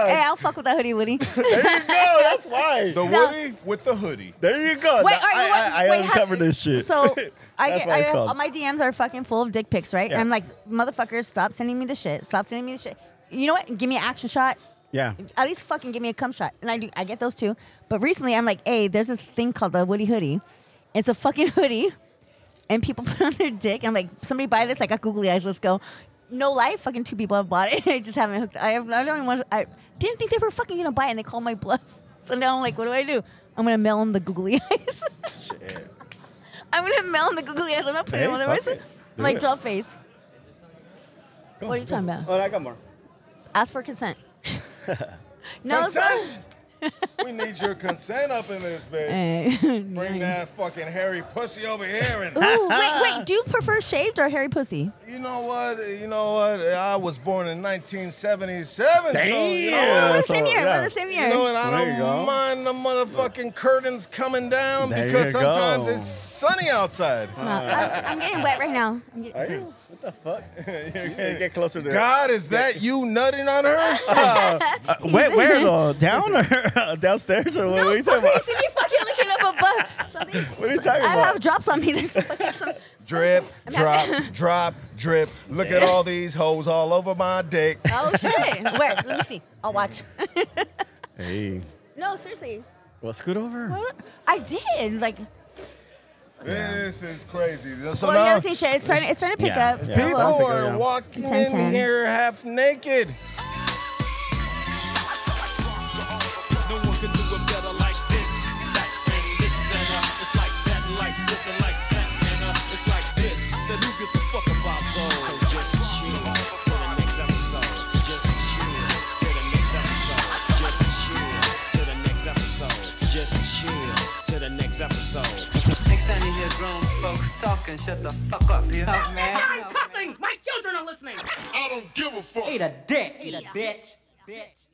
Speaker 2: Hey, I'll fuck with that hoodie, Woody.
Speaker 3: [laughs] There you go, that's why.
Speaker 4: the
Speaker 2: No.
Speaker 4: Woody with the hoodie.
Speaker 3: There you go.
Speaker 2: Wait,
Speaker 3: Now,
Speaker 2: all right,
Speaker 3: I, I, I
Speaker 2: wait,
Speaker 3: uncovered
Speaker 2: how-
Speaker 3: this shit. [laughs]
Speaker 2: So I
Speaker 3: That's
Speaker 2: get,
Speaker 3: why it's
Speaker 2: I,
Speaker 3: called.
Speaker 2: all my DMs are fucking full of dick pics, right?
Speaker 3: Yeah.
Speaker 2: And I'm like, motherfuckers, stop sending me the shit. Stop sending me the shit. You know what? Give me an action shot.
Speaker 3: yeah.
Speaker 2: At least fucking give me a cum shot. And I do. I get those too. But recently, I'm like, hey, there's this thing called the Woody hoodie. It's a fucking [laughs] hoodie, and people [laughs] put it on their dick. And I'm like, somebody buy this. I got googly eyes. Let's go. No lie, fucking two people have bought it. [laughs] I just haven't hooked. I, have, I don't even want. I didn't think they were fucking gonna buy it, and they called my bluff. [laughs] So now I'm like, what do I do? I'm gonna mail them the googly [laughs] eyes.
Speaker 3: Shit.
Speaker 2: [laughs] I'm gonna mail him the googly eyes. I'm not putting
Speaker 3: Hey,
Speaker 2: it on the
Speaker 3: fuck
Speaker 2: rest.
Speaker 3: it. Do
Speaker 2: Like
Speaker 3: it.
Speaker 2: draw face. What are you talking about?
Speaker 3: Oh, I got more.
Speaker 2: Ask for
Speaker 3: [laughs]
Speaker 2: consent. no it's not- [laughs]
Speaker 4: consent. we need your consent up in this bitch.
Speaker 2: Hey. [laughs]
Speaker 4: Bring
Speaker 2: eh.
Speaker 4: that fucking hairy pussy over here and
Speaker 2: Ooh, [laughs] wait, wait. Do you prefer shaved or hairy pussy?
Speaker 4: You know what? You know what? I was born in 1977. So,
Speaker 3: Damn.
Speaker 4: you know
Speaker 2: we're the
Speaker 4: what?
Speaker 3: so,
Speaker 2: same year.
Speaker 3: yeah.
Speaker 2: We're the same
Speaker 4: You
Speaker 2: year.
Speaker 4: know what? I
Speaker 3: There you go.
Speaker 4: don't mind the motherfucking curtains coming down
Speaker 3: There
Speaker 4: because
Speaker 3: you
Speaker 4: sometimes
Speaker 3: go.
Speaker 4: it's sunny outside.
Speaker 2: No, I'm, I'm getting wet right now. I'm getting-
Speaker 3: Are you? Uh, [laughs] What the fuck? You get closer to
Speaker 4: God, is that you nutting
Speaker 2: [laughs]
Speaker 4: on her?
Speaker 3: Uh, where, where though? Down or [laughs] downstairs or what,
Speaker 2: no,
Speaker 3: what are you talking
Speaker 2: fucker, you
Speaker 3: about?
Speaker 2: see me fucking looking up above. Something,
Speaker 3: [laughs] What are you talking
Speaker 2: I
Speaker 3: about?
Speaker 2: have drops on me. [laughs] There's fucking some.
Speaker 4: drip,
Speaker 2: I'm
Speaker 4: drop,
Speaker 2: not- [laughs]
Speaker 4: drop, drip. Look at all these hoes all over my dick.
Speaker 2: Oh shit! Where? Let me see. I'll watch. [laughs]
Speaker 3: Hey,
Speaker 2: No, seriously.
Speaker 3: well, scoot over.
Speaker 2: I did. Like,
Speaker 4: This is crazy. So
Speaker 2: well, you
Speaker 4: now
Speaker 2: never seen shit. It's starting. It's starting to pick
Speaker 3: Oh, Yeah,
Speaker 2: up.
Speaker 3: yeah.
Speaker 4: people
Speaker 3: It's all figured
Speaker 4: are
Speaker 3: out.
Speaker 4: walking
Speaker 2: Ten,
Speaker 4: in
Speaker 2: ten.
Speaker 4: here half naked.
Speaker 5: No one can do it better like this, that, and this, and uh, it's like that, like this, and like that, and uh, it's like this. So who gives a fuck about those? So just chill till the next episode. Just chill till the next episode. Just chill till the next episode. Just chill till the next episode.
Speaker 6: Next time you hear grown folks talking, shut the fuck up, yeah?
Speaker 7: I'm cussing. My children are listening.
Speaker 8: I don't give a fuck.
Speaker 6: Eat a dick. Eat a bitch. Bitch.